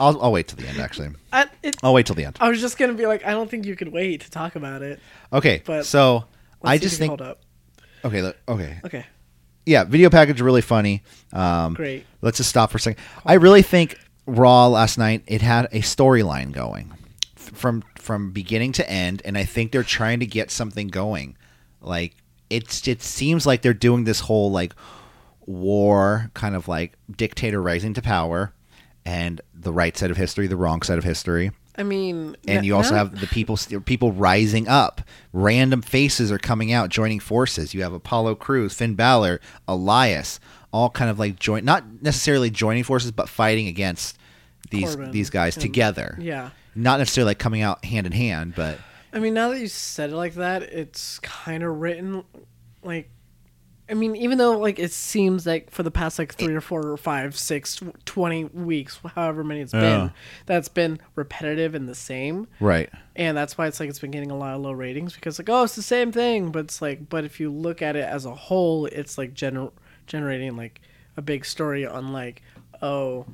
Speaker 2: I'll, I'll wait till the end. Actually,
Speaker 3: I, it,
Speaker 2: I'll wait till the end.
Speaker 3: I was just gonna be like, I don't think you could wait to talk about it.
Speaker 2: Okay,
Speaker 3: But
Speaker 2: so
Speaker 3: Let's
Speaker 2: I
Speaker 3: see if
Speaker 2: just
Speaker 3: you can
Speaker 2: think.
Speaker 3: Hold up.
Speaker 2: Okay, look, okay,
Speaker 3: Okay,
Speaker 2: yeah, video package really funny. Um,
Speaker 3: Great.
Speaker 2: Let's just stop for a second. I really think Raw last night it had a storyline going f- from from beginning to end, and I think they're trying to get something going. Like it's it seems like they're doing this whole like war kind of like dictator rising to power, and the right side of history, the wrong side of history
Speaker 3: I mean,
Speaker 2: and
Speaker 3: n-
Speaker 2: you also
Speaker 3: now-
Speaker 2: have the people people rising up. Random faces are coming out, joining forces. You have Apollo Crews, Finn Balor, Elias, all kind of like join, not necessarily joining forces, but fighting against these
Speaker 3: Corbin
Speaker 2: these guys
Speaker 3: and-
Speaker 2: together.
Speaker 3: yeah.
Speaker 2: not necessarily like coming out hand in hand, but
Speaker 3: I mean, now that you said it like that, it's kind of written like. I mean, even though like it seems like for the past like three or four or five, six, tw- 20 weeks, however many it's
Speaker 2: Yeah.
Speaker 3: been, that's been repetitive and the same,
Speaker 2: right.
Speaker 3: and that's why it's like it's been getting a lot of low ratings because like oh it's the same thing, but it's like but if you look at it as a whole, it's like gener- generating like a big story on like oh,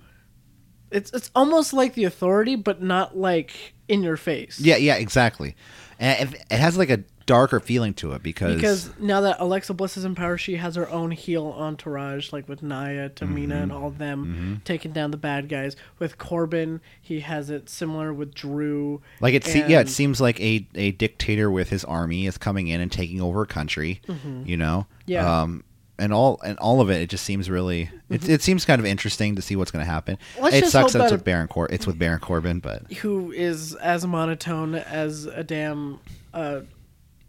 Speaker 3: it's it's almost like the authority, but not like in your face.
Speaker 2: Yeah, yeah, exactly. And it, it has like a darker feeling to it because,
Speaker 3: Because now that Alexa Bliss is in power, she has her own heel entourage, like with Naya, Tamina, and all of them taking down the bad guys. With Corbin, he has it similar with Drew.
Speaker 2: like it, se- yeah, it
Speaker 3: and-
Speaker 2: seems like a a dictator with his army is coming in and taking over a country. You know,
Speaker 3: Mm-hmm. Yeah. Mm-hmm.
Speaker 2: um, and all and all of it, it just seems really. It, it seems kind of interesting to see what's going to happen.
Speaker 3: Let's
Speaker 2: it
Speaker 3: just hope
Speaker 2: sucks that it's
Speaker 3: that
Speaker 2: with Baron Cor- It's with Baron Corbin, but
Speaker 3: who is as monotone as a damn uh,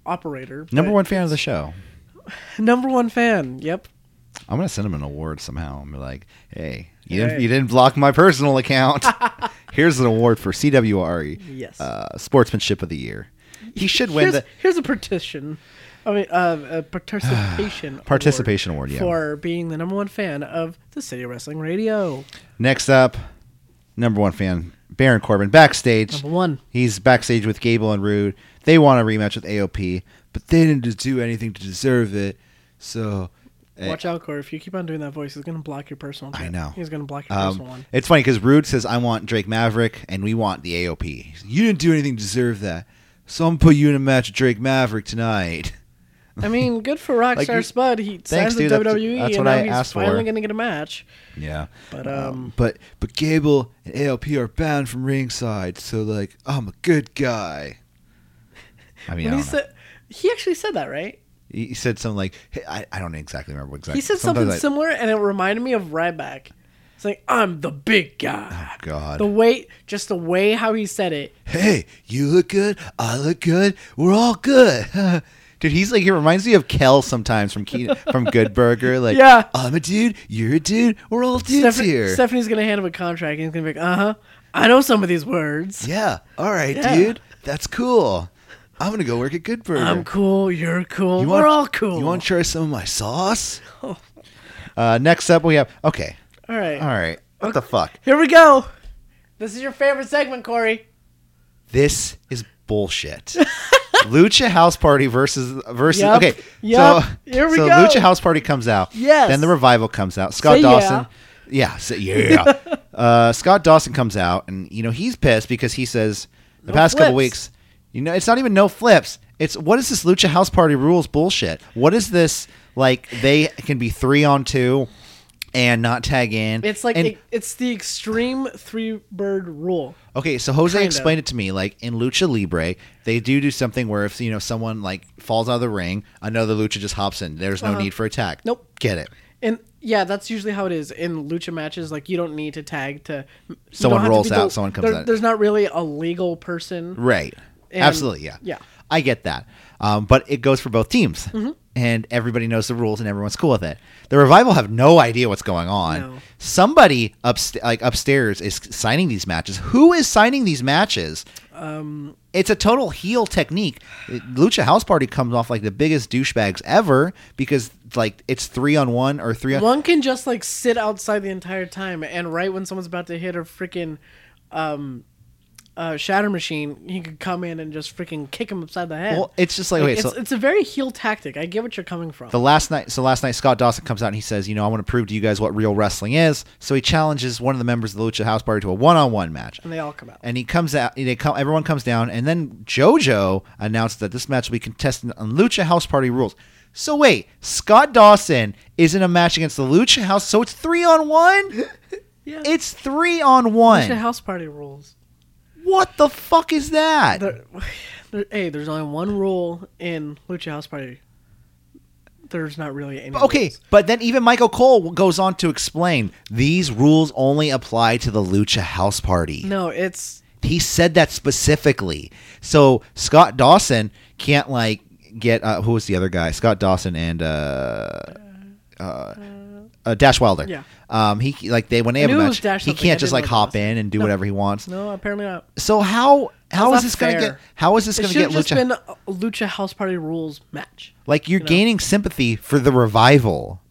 Speaker 3: operator.
Speaker 2: number
Speaker 3: but-
Speaker 2: one fan of the show.
Speaker 3: number one fan. Yep.
Speaker 2: I'm going to send him an award somehow and be like, "Hey, you
Speaker 3: Hey.
Speaker 2: didn't you didn't block my personal account. Here's an award for CWRE,
Speaker 3: Yes.
Speaker 2: uh, sportsmanship of the year. He should win
Speaker 3: here's,
Speaker 2: the
Speaker 3: here's a petition. I mean, uh, a participation
Speaker 2: Participation award, yeah.
Speaker 3: for being the number one fan of the City of Wrestling Radio.
Speaker 2: Next up, number one fan Baron Corbin backstage.
Speaker 3: Number one.
Speaker 2: He's backstage with Gable and Rude. They want a rematch with AOP, but they didn't do anything to deserve it. So, eh,
Speaker 3: Watch out, Corey. If you keep on doing that voice, he's gonna block your personal.
Speaker 2: I
Speaker 3: chat.
Speaker 2: know.
Speaker 3: He's gonna block your personal
Speaker 2: um,
Speaker 3: one.
Speaker 2: it's funny because Rude says, "I want Drake Maverick, and we want the AOP." He's like, you didn't do anything to deserve that, so I'm gonna put you in a match with Drake Maverick tonight.
Speaker 3: I mean, good for Rockstar
Speaker 2: you-
Speaker 3: Spud. He signs
Speaker 2: dude,
Speaker 3: the
Speaker 2: that's-
Speaker 3: WWE,
Speaker 2: that's
Speaker 3: and
Speaker 2: what
Speaker 3: now
Speaker 2: I
Speaker 3: he's
Speaker 2: asked for.
Speaker 3: finally gonna get a match.
Speaker 2: Yeah,
Speaker 3: But, um,
Speaker 2: but but Gable and AOP are banned from ringside, so like I'm a good guy. I mean, I don't
Speaker 3: When he
Speaker 2: know.
Speaker 3: said, he actually said that, right?
Speaker 2: He he said something like, hey, I, I don't exactly remember what exactly.
Speaker 3: He said
Speaker 2: Sometimes
Speaker 3: something
Speaker 2: I-
Speaker 3: similar, and it reminded me of Ryback. It's like I'm the big guy.
Speaker 2: God.
Speaker 3: The way, just the way how he said it.
Speaker 2: Hey, you look good. I look good. We're all good. Dude, he's like he reminds me of Kel sometimes from Ke- from Good Burger. Like,
Speaker 3: Yeah.
Speaker 2: I'm a dude. You're a dude. We're all dudes
Speaker 3: Steph-
Speaker 2: here.
Speaker 3: Stephanie's gonna hand him a contract, and he's gonna be like, "Uh huh, I know some of these words.
Speaker 2: yeah. All right,
Speaker 3: Yeah.
Speaker 2: dude. That's cool. I'm gonna go work at Good Burger.
Speaker 3: I'm cool. Oh. You're cool.
Speaker 2: You
Speaker 3: We're
Speaker 2: want-
Speaker 3: all cool.
Speaker 2: You want to try some of my sauce? Uh, next up, we have. Okay.
Speaker 3: All right.
Speaker 2: All right. What the fuck?
Speaker 3: Here we go. This is your favorite segment, Corey.
Speaker 2: This is bullshit. Lucha House Party versus versus.
Speaker 3: Yep.
Speaker 2: Okay.
Speaker 3: Yep.
Speaker 2: So
Speaker 3: Here we
Speaker 2: so
Speaker 3: go.
Speaker 2: Lucha House Party comes out.
Speaker 3: Yes.
Speaker 2: Then the revival comes out. Scott
Speaker 3: Say yeah.
Speaker 2: Dawson. Yeah. say yeah. uh, Scott Dawson comes out, and you know he's pissed because he says the past couple
Speaker 3: flips.
Speaker 2: weeks, you know, it's not even no flips. It's what is this Lucha House Party rules bullshit? What is this like? They can be three on two. And not tag in.
Speaker 3: It's like
Speaker 2: And-
Speaker 3: it- it's the extreme three bird rule.
Speaker 2: Okay, so Jose
Speaker 3: Kinda.
Speaker 2: explained it to me. Like in Lucha Libre, they do do something where if you know someone like falls out of the ring, another lucha just hops in. There's no need for attack.
Speaker 3: Uh-huh. Nope.
Speaker 2: get it.
Speaker 3: And yeah, that's usually how it is in lucha matches. Like you don't need to tag to you
Speaker 2: Someone
Speaker 3: don't have to
Speaker 2: rolls
Speaker 3: be
Speaker 2: out, someone comes
Speaker 3: there-
Speaker 2: out.
Speaker 3: There's not really a legal person.
Speaker 2: Right.
Speaker 3: And-
Speaker 2: Absolutely. Yeah.
Speaker 3: yeah. Mm-hmm.
Speaker 2: I get that, um, but it goes for both teams, and everybody knows the rules, and everyone's cool with it. The revival have no idea what's going on.
Speaker 3: No.
Speaker 2: Somebody upst- like upstairs is signing these matches. Who is signing these matches?
Speaker 3: Um,
Speaker 2: it's a total heel technique. Lucha House Party comes off like the biggest douchebags ever because like it's three on one or three on.
Speaker 3: One can just like sit outside the entire time, and right when someone's about to hit a freaking um, uh, shatter machine, he could come in and just freaking kick him upside the head.
Speaker 2: Well, it's just like, wait,
Speaker 3: it's,
Speaker 2: so-
Speaker 3: it's a very heel tactic. I get what you're coming from.
Speaker 2: The last night, so last night Scott Dawson comes out and he says, you know, I want to prove to you guys what real wrestling is. So he challenges one of the members of the Lucha House Party to a one on one match.
Speaker 3: and they all come out.
Speaker 2: and he comes out. They come, everyone comes down, and then JoJo announced that this match will be contested on Lucha House Party rules. So wait, Scott Dawson is in a match against the Lucha House, so it's three on one.
Speaker 3: Yeah.
Speaker 2: It's three on one.
Speaker 3: Lucha house party rules.
Speaker 2: What the fuck is that?
Speaker 3: There, there, hey, there's only one rule in Lucha House Party. There's not really any.
Speaker 2: okay,
Speaker 3: rules.
Speaker 2: but then even Michael Cole goes on to explain these rules only apply to the Lucha House Party.
Speaker 3: No, it's
Speaker 2: He said that specifically. So Scott Dawson can't like get uh, who was the other guy? Scott Dawson and uh, uh, uh, Dash Wilder.
Speaker 3: Yeah.
Speaker 2: Um, he like they when they have a
Speaker 3: knew it was
Speaker 2: match,
Speaker 3: Dash
Speaker 2: he
Speaker 3: something. I
Speaker 2: can't just
Speaker 3: didn't
Speaker 2: like
Speaker 3: know
Speaker 2: hop
Speaker 3: Dawson.
Speaker 2: in and do
Speaker 3: No.
Speaker 2: whatever he wants.
Speaker 3: no, apparently not.
Speaker 2: So how how is
Speaker 3: That's
Speaker 2: this
Speaker 3: not
Speaker 2: gonna
Speaker 3: fair.
Speaker 2: get how is this
Speaker 3: It
Speaker 2: gonna
Speaker 3: should
Speaker 2: get
Speaker 3: have just
Speaker 2: Lucha?
Speaker 3: been a Lucha House Party rules match.
Speaker 2: Like you're
Speaker 3: You know?
Speaker 2: gaining sympathy for the revival.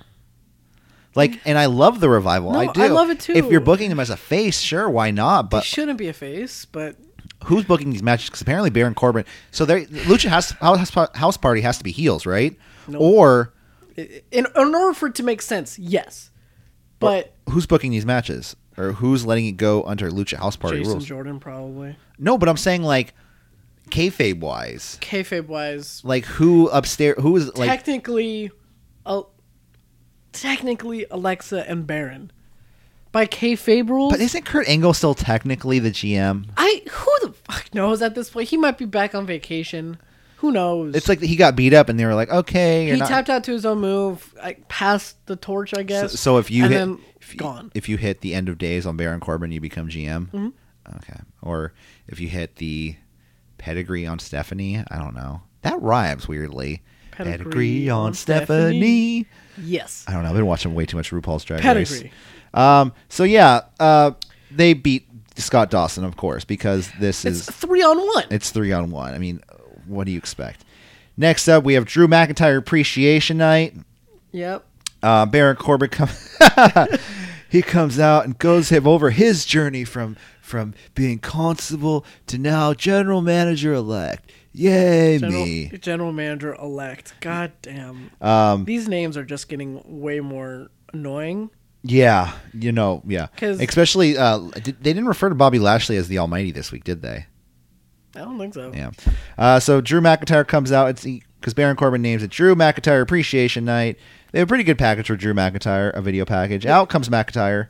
Speaker 2: Like, and I love the revival.
Speaker 3: No,
Speaker 2: I do.
Speaker 3: I love it too.
Speaker 2: If you're booking them as a face, sure, why not?
Speaker 3: It
Speaker 2: But
Speaker 3: shouldn't be a face, but
Speaker 2: who's booking these matches? Because apparently Baron Corbin. So they Lucha House, House House Party has to be heels, right? Or
Speaker 3: in, in order for it to make sense, yes. But
Speaker 2: who's booking these matches, or who's letting it go under Lucha House Party
Speaker 3: Jason
Speaker 2: rules?
Speaker 3: Jordan probably
Speaker 2: No, but I'm saying like kayfabe wise,
Speaker 3: kayfabe wise,
Speaker 2: like who upstairs, who is like
Speaker 3: technically, uh, technically Alexa and Baron by kayfabe rules.
Speaker 2: But isn't Kurt Angle still technically the GM?
Speaker 3: I who the fuck knows at this point? He might be back on vacation. Who knows?
Speaker 2: It's like he got beat up, and they were like, "Okay, you're
Speaker 3: he
Speaker 2: not."
Speaker 3: tapped out to his own move, like passed the torch, I
Speaker 2: So,
Speaker 3: guess.
Speaker 2: so if you
Speaker 3: and
Speaker 2: hit,
Speaker 3: then
Speaker 2: if, you-
Speaker 3: gone.
Speaker 2: if you hit the end of days on Baron Corbin, you become GM.
Speaker 3: Mm-hmm.
Speaker 2: Okay. Or if you hit the pedigree on Stephanie, I don't know. That rhymes weirdly. Pedigree,
Speaker 3: Pedigree
Speaker 2: on
Speaker 3: on
Speaker 2: Stephanie.
Speaker 3: yes.
Speaker 2: I don't know. I've been watching way too much RuPaul's Drag Race.
Speaker 3: Pedigree.
Speaker 2: Um. So yeah, uh, they beat Scott Dawson, of course, because this
Speaker 3: It's
Speaker 2: is
Speaker 3: three on one.
Speaker 2: it's three on one. I mean, what do you expect? Next up, we have Drew McIntyre Appreciation Night
Speaker 3: yep.
Speaker 2: uh, Baron Corbin comes. he comes out and goes him over his journey from from being constable to now general manager elect. Yay
Speaker 3: General,
Speaker 2: me!
Speaker 3: general manager elect. God damn.
Speaker 2: Um,
Speaker 3: These names are just getting way more annoying.
Speaker 2: yeah, you know, yeah.
Speaker 3: 'Cause-
Speaker 2: Especially uh, did, they didn't refer to Bobby Lashley as the Almighty this week, did they?
Speaker 3: I don't think so.
Speaker 2: Yeah. Uh, so Drew McIntyre comes out. It's because Baron Corbin names it Drew McIntyre Appreciation Night. They have a pretty good package for Drew McIntyre, a video package. Out comes McIntyre.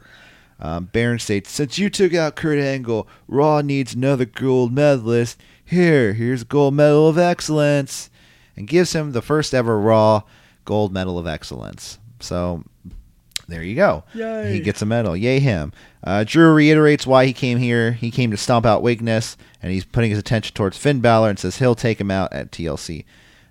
Speaker 2: Um, Baron states, "Since you took out Kurt Angle, Raw needs another gold medalist. Here, here's a gold medal of excellence," and gives him the first ever Raw gold medal of excellence. So there you go.
Speaker 3: Yay.
Speaker 2: He gets a medal. Yay him. Uh, Drew reiterates why he came here. He came to stomp out weakness, and he's putting his attention towards Finn Balor and says he'll take him out at TLC.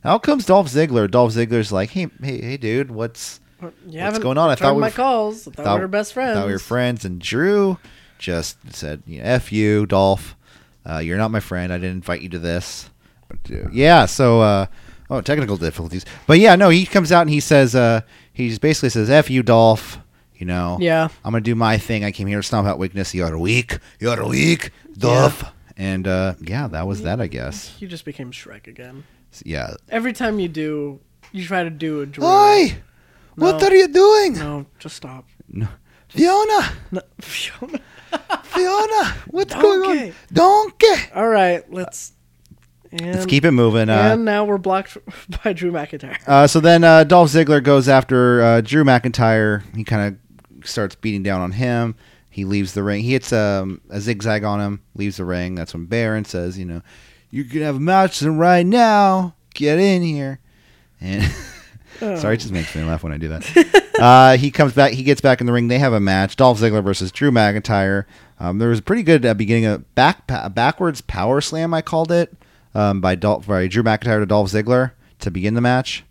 Speaker 2: Out comes Dolph Ziggler. Dolph Ziggler's like, hey, hey, hey, dude, what's
Speaker 3: You
Speaker 2: what's
Speaker 3: haven't
Speaker 2: going on? I
Speaker 3: returned
Speaker 2: thought we
Speaker 3: my
Speaker 2: were,
Speaker 3: calls. I thought, we were best friends.
Speaker 2: Thought we were friends, and Drew just said, you know, "F you, Dolph. Uh, you're not my friend. I didn't invite you to this." Yeah. So, uh, oh, technical difficulties. But yeah, no, he comes out and he says, uh, he basically says, "F you, Dolph." You know.
Speaker 3: Yeah.
Speaker 2: I'm gonna do my thing. I came here to stomp out weakness. You're weak. You're weak, Dolph. And uh, yeah, that was that. I guess.
Speaker 3: You just became Shrek again.
Speaker 2: Yeah.
Speaker 3: Every time you do, you try to do a droid.
Speaker 2: Oi! What
Speaker 3: No.
Speaker 2: are you doing,
Speaker 3: No, just stop.
Speaker 2: Fiona?
Speaker 3: No. Fiona.
Speaker 2: Fiona, what's going on?
Speaker 3: Donkey.
Speaker 2: Donkey.
Speaker 3: All right, let's. And,
Speaker 2: Let's keep it moving. Uh,
Speaker 3: and now we're blocked by Drew McIntyre.
Speaker 2: Uh, so then uh, Dolph Ziggler goes after uh, Drew McIntyre. He kind of starts beating down on him. He leaves the ring. He hits um, a zigzag on him, leaves the ring. That's when Baron says, you know, you can have a match and right now. Get in here. And sorry, it just makes me laugh when I do that. uh, he comes back. He gets back in the ring. They have a match. Dolph Ziggler versus Drew McIntyre. Um, there was a pretty good uh, beginning of back pa- backwards power slam. I called it um, by Dolph by Drew McIntyre to Dolph Ziggler to begin the match.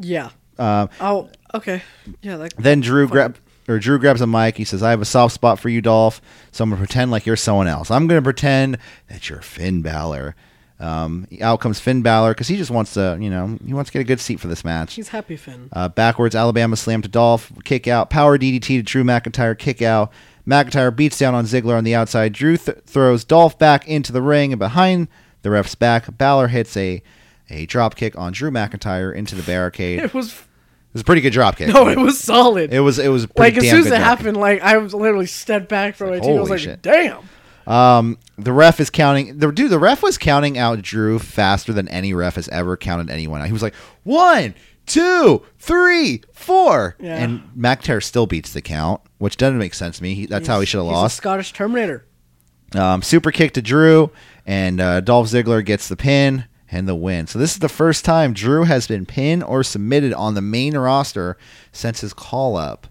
Speaker 3: Yeah.
Speaker 2: Um,
Speaker 3: Oh, okay. Yeah, that.
Speaker 2: then Drew
Speaker 3: Fuck.
Speaker 2: grab or Drew grabs a mic. He says, "I have a soft spot for you, Dolph. So I'm gonna pretend like you're someone else. I'm gonna pretend that you're Finn Balor." Um, out comes Finn Balor because he just wants to, you know, he wants to get a good seat for this match.
Speaker 3: She's happy, Finn.
Speaker 2: Uh, backwards Alabama slam to Dolph, kick out, power DDT to Drew McIntyre, kick out. McIntyre beats down on Ziggler on the outside. Drew th- throws Dolph back into the ring and behind the ref's back, Balor hits a a drop kick on Drew McIntyre into the barricade. it
Speaker 3: It was.
Speaker 2: was a pretty good drop kick.
Speaker 3: No, it was solid.
Speaker 2: It was it was a pretty
Speaker 3: like as
Speaker 2: damn
Speaker 3: soon as
Speaker 2: good
Speaker 3: it
Speaker 2: job.
Speaker 3: happened, like I was literally stepped back from my team. I was
Speaker 2: holy
Speaker 3: like,
Speaker 2: shit.
Speaker 3: "Damn!"
Speaker 2: Um, the ref is counting. The dude, the ref was counting out Drew faster than any ref has ever counted anyone. out. He was like one, two, three, four,
Speaker 3: Yeah.
Speaker 2: and McIntyre still beats the count, which doesn't make sense to me. He, that's how he should have
Speaker 3: He's a
Speaker 2: Oh, lost.
Speaker 3: Scottish Terminator.
Speaker 2: Um, super kick to Drew, and uh, Dolph Ziggler gets the pin and the win. So this is the first time Drew has been pinned or submitted on the main roster since his call up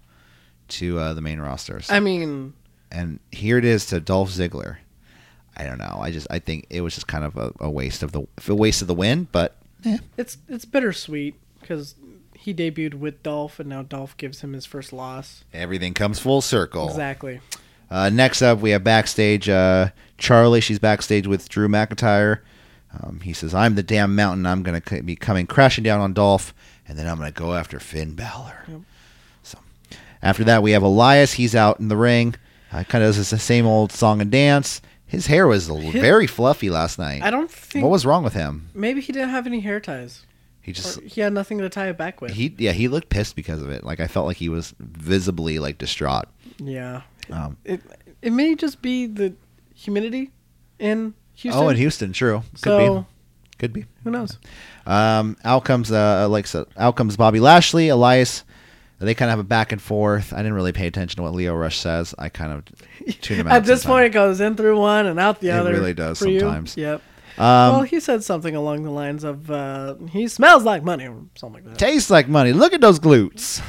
Speaker 2: to uh, the main roster. So-
Speaker 3: I mean,
Speaker 2: and here it is to Dolph Ziggler. I don't know. I just I think it was just kind of a, a waste of the a waste of the win, but eh.
Speaker 3: it's it's bittersweet because he debuted with Dolph, and now Dolph gives him his first loss.
Speaker 2: everything comes full circle.
Speaker 3: Exactly.
Speaker 2: Uh, next up, we have backstage uh, Charlie. She's backstage with Drew McIntyre. Um, he says, "I'm the damn mountain. I'm gonna c- be coming crashing down on Dolph, and then I'm gonna go after Finn Balor." So after that, we have Elias. He's out in the ring. Uh, kind of does the same old song and dance. His hair was l- very fluffy last night.
Speaker 3: I don't think.
Speaker 2: what was wrong with him?
Speaker 3: Maybe he didn't have any hair ties.
Speaker 2: He just
Speaker 3: Or he had nothing to tie it back with.
Speaker 2: he yeah he looked pissed because of it like i felt like he was visibly like distraught
Speaker 3: yeah.
Speaker 2: um,
Speaker 3: It it may just be the humidity in Houston.
Speaker 2: oh in houston true could
Speaker 3: So-
Speaker 2: be could be
Speaker 3: Who knows?
Speaker 2: um out comes uh like so out comes bobby lashley elias they kind of have a back and forth i didn't really pay attention to what leo rush says i kind of tune him out
Speaker 3: At this
Speaker 2: sometime.
Speaker 3: point, it goes in through one and out the
Speaker 2: It
Speaker 3: other.
Speaker 2: really does
Speaker 3: for you.
Speaker 2: sometimes.
Speaker 3: Yep. well,
Speaker 2: um
Speaker 3: he said something along the lines of uh, "He smells like money" or something like that.
Speaker 2: tastes like money look at those glutes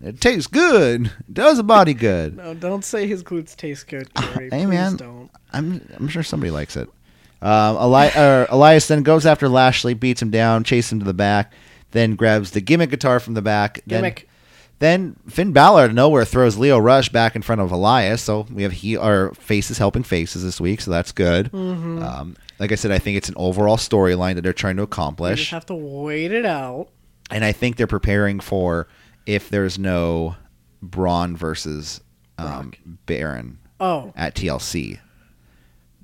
Speaker 2: it tastes good does a body good
Speaker 3: no, Uh, don't say his glutes taste good, Gary.
Speaker 2: Hey,
Speaker 3: Please
Speaker 2: man.
Speaker 3: don't.
Speaker 2: I'm I'm sure somebody likes it. Um, Eli- er, Elias then goes after Lashley, beats him down, chases him to the back, then grabs the gimmick guitar from the back. then-
Speaker 3: Gimmick.
Speaker 2: Then, Finn Balor out of nowhere throws Leo Rush back in front of Elias. So we have he our faces helping faces this week, so that's good. Um, like I said, I think it's an overall storyline that they're trying to
Speaker 3: You just
Speaker 2: accomplish,
Speaker 3: have to wait it out.
Speaker 2: and I think they're preparing for if there's no Braun versus um, Baron
Speaker 3: Oh, Mm-hmm.
Speaker 2: at TLC